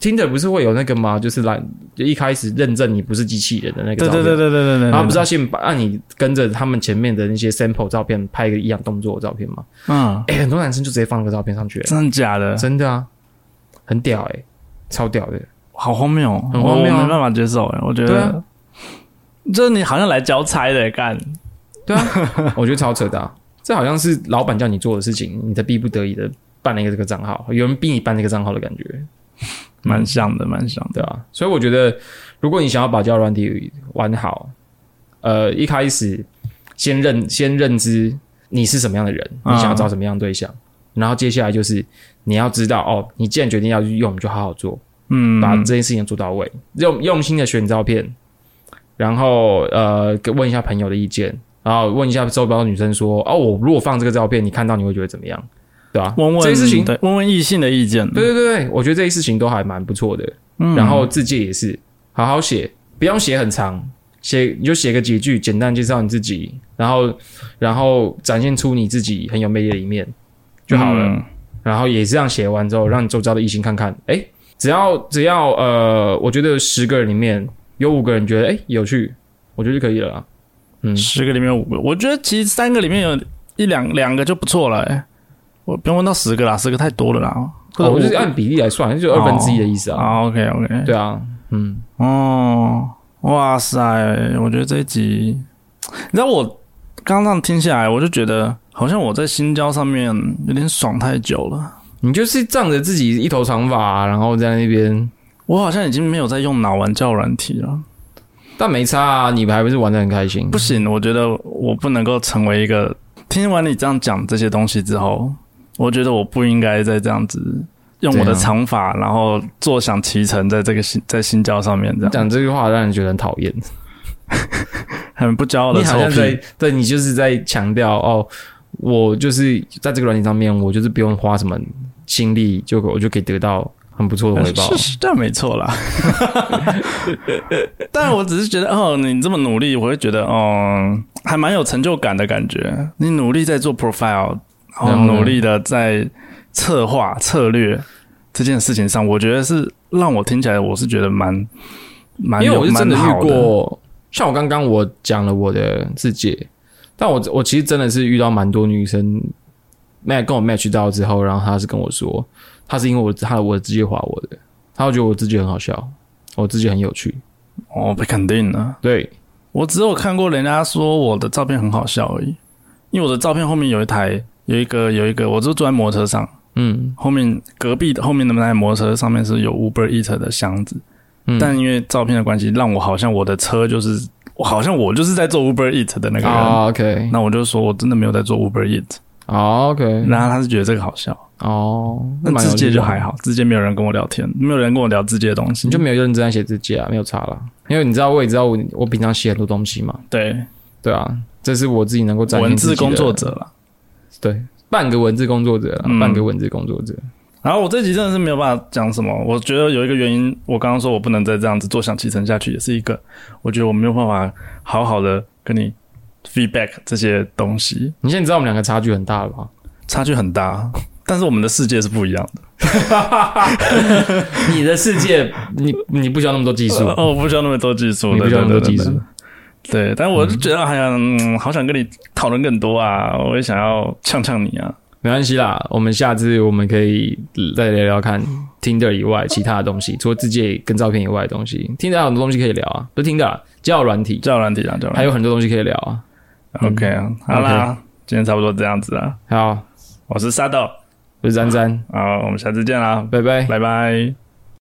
Speaker 2: 听着不是会有那个吗？就是来就一开始认证你不是机器人的那个
Speaker 1: 对
Speaker 2: 照片，
Speaker 1: 对对对对对对，
Speaker 2: 然后不
Speaker 1: 是，
Speaker 2: 是要先把让你跟着他们前面的那些 sample 照片拍一个一样动作的照片吗？
Speaker 1: 嗯，
Speaker 2: 哎、很多男生就直接放个照片上去、欸，
Speaker 1: 真的假的？
Speaker 2: 真的啊，很屌哎、超屌的。
Speaker 1: 好荒谬哦，
Speaker 2: 很荒谬啊
Speaker 1: 我我没办法接受哎，我觉
Speaker 2: 对
Speaker 1: 得
Speaker 2: 啊，
Speaker 1: 就是你好像来交差的干，
Speaker 2: 我觉得超扯的啊、这好像是老板叫你做的事情，你才逼不得已的办了一个这个账号，有人逼你办这个账号的感觉，
Speaker 1: 蛮像的，蛮像的。
Speaker 2: 对啊。所以我觉得，如果你想要把交友软体玩好，呃，一开始先认先认知你是什么样的人，你
Speaker 1: 嗯
Speaker 2: 想要找什么样的对象，然后接下来就是你要知道哦，你既然决定要去用，就好好做，
Speaker 1: 嗯，
Speaker 2: 把这件事情做到位，用用心的选照片，然后呃跟问一下朋友的意见，然后问一下周边的女生说，哦，我如果放这个照片，你看到你会觉得怎么样？对吧、
Speaker 1: 问问
Speaker 2: 这些事情，对
Speaker 1: 对，问问异性的意见，
Speaker 2: 对对对，我觉得这些事情都还蛮不错的。
Speaker 1: 嗯，
Speaker 2: 然后自己也是好好写，不用写很长，写你就写个几句，简单介绍你自己，然后然后展现出你自己很有魅力的一面就好了。
Speaker 1: 嗯
Speaker 2: 然后也这样写完之后，让你周遭的异性看看，哎，只要只要呃，我觉得十个人里面有五个人觉得哎有趣，我觉得就可以了啦。嗯，
Speaker 1: 十个里面有五个，我觉得其实三个里面有一两两个就不错了、欸。我不用问到十个啦，十个太多了啦。或者
Speaker 2: 哦我就是
Speaker 1: 我
Speaker 2: 按比例来算，就二分之一的意思啊。
Speaker 1: 啊，OK OK，
Speaker 2: 对啊，嗯，
Speaker 1: 哦，哇塞！我觉得这一集，你知道我刚刚这样听下来，我就觉得好像我在新交上面有点爽太久了。
Speaker 2: 你就是仗着自己一头长发，然后在那边，
Speaker 1: 我好像已经没有在用脑玩教软体了，
Speaker 2: 但没差啊，你还不是玩的很开心。
Speaker 1: 不行，我觉得我不能够成为一个。听完你这样讲这些东西之后，我觉得我不应该再这样子用我
Speaker 2: 怎
Speaker 1: 的
Speaker 2: 样
Speaker 1: 长发，然后坐享其成在这个新在新交上面这样，
Speaker 2: 讲这句话让人觉得很讨厌。
Speaker 1: 很不骄傲的
Speaker 2: 你好
Speaker 1: 臭
Speaker 2: 像在
Speaker 1: 屁。
Speaker 2: 对你就是在强调哦，我就是在这个软件上面，我就是不用花什么心力，就我就可以得到很不错的回报
Speaker 1: 是。是，但没错啦。 (laughs) 但我只是觉得，哦，你这么努力，我会觉得，哦，还蛮有成就感的感觉。你努力在做 profile，然后
Speaker 2: 然后呢
Speaker 1: 努力的在策划策略这件事情上，我觉得是让我听起来，我是觉得蛮蛮
Speaker 2: 因为
Speaker 1: 有
Speaker 2: 我是真的
Speaker 1: 蛮好
Speaker 2: 遇
Speaker 1: 的
Speaker 2: 过，像我刚刚我讲了我的自己，但我我其实真的是遇到蛮多女生 match 跟我 match 到之后，然后她是跟我说，她是因为我她我的直接划我的，她会觉得我自己很好笑，我自己很有趣，
Speaker 1: 哦，被肯定了。
Speaker 2: 对，
Speaker 1: 我只有看过人家说我的照片很好笑而已，因为我的照片后面有一台有一个有一个，我就坐在摩托车上。
Speaker 2: 嗯
Speaker 1: 后面隔壁的后面的那台摩托车上面是有 Uber Eat 的箱子，
Speaker 2: 嗯，
Speaker 1: 但因为照片的关系，让我好像我的车就是，我好像我就是在做 Uber Eat 的那个人。
Speaker 2: 啊 OK
Speaker 1: 那我就说我真的没有在做 Uber Eat，、
Speaker 2: 啊 OK
Speaker 1: 然后他是觉得这个好笑，
Speaker 2: 哦，
Speaker 1: 那
Speaker 2: 蛮有
Speaker 1: 字界
Speaker 2: 趣
Speaker 1: 就
Speaker 2: 的
Speaker 1: 还好，字界没有人跟我聊天，没有人跟我聊字界的东西，
Speaker 2: 你就没有认真在写字界啊，没有差啦。因为你知道，我也知道我我平常写很多东西嘛，
Speaker 1: 对
Speaker 2: 对啊，这是我自己能够展现
Speaker 1: 文
Speaker 2: 自己
Speaker 1: 字
Speaker 2: 的
Speaker 1: 工作，者了。
Speaker 2: 对，半个文字工作者啦，
Speaker 1: 嗯
Speaker 2: 半个文字工作者，
Speaker 1: 然后我这集真的是没有办法讲什么，我觉得有一个原因，我刚刚说我不能再这样子坐享其成下去，也是一个，我觉得我没有办法好好的跟你 feedback 这些东西。
Speaker 2: 你现在知道我们两个差距很大了
Speaker 1: (laughs)
Speaker 2: 吧？
Speaker 1: 差距很大，但是我们的世界是不一样的。
Speaker 2: 你的世界，你你不需要那么多技术，
Speaker 1: 哦，我不需要那么多技术，
Speaker 2: 你不需要那么多技
Speaker 1: 对。对对
Speaker 2: 术
Speaker 1: 对，对，但我就觉得好像、嗯、好想跟你讨论更多啊，我也想要呛呛你啊。
Speaker 2: 没关系啦。我们下次我们可以再聊聊看 Tinder 以外其他的东西，除了字界跟照片以外的东西，Tinder 还有很多东西可以聊啊，不是 Tinder，啊交友软体，
Speaker 1: 叫软体啊，叫软
Speaker 2: 还
Speaker 1: 体。
Speaker 2: 有很多东西可以聊啊。
Speaker 1: OK 啊，好啦今天差不多这样子啊。
Speaker 2: 好，
Speaker 1: 我是沙豆，
Speaker 2: 我是詹詹，
Speaker 1: 好，我们下次见啦，
Speaker 2: 拜拜。
Speaker 1: 拜拜。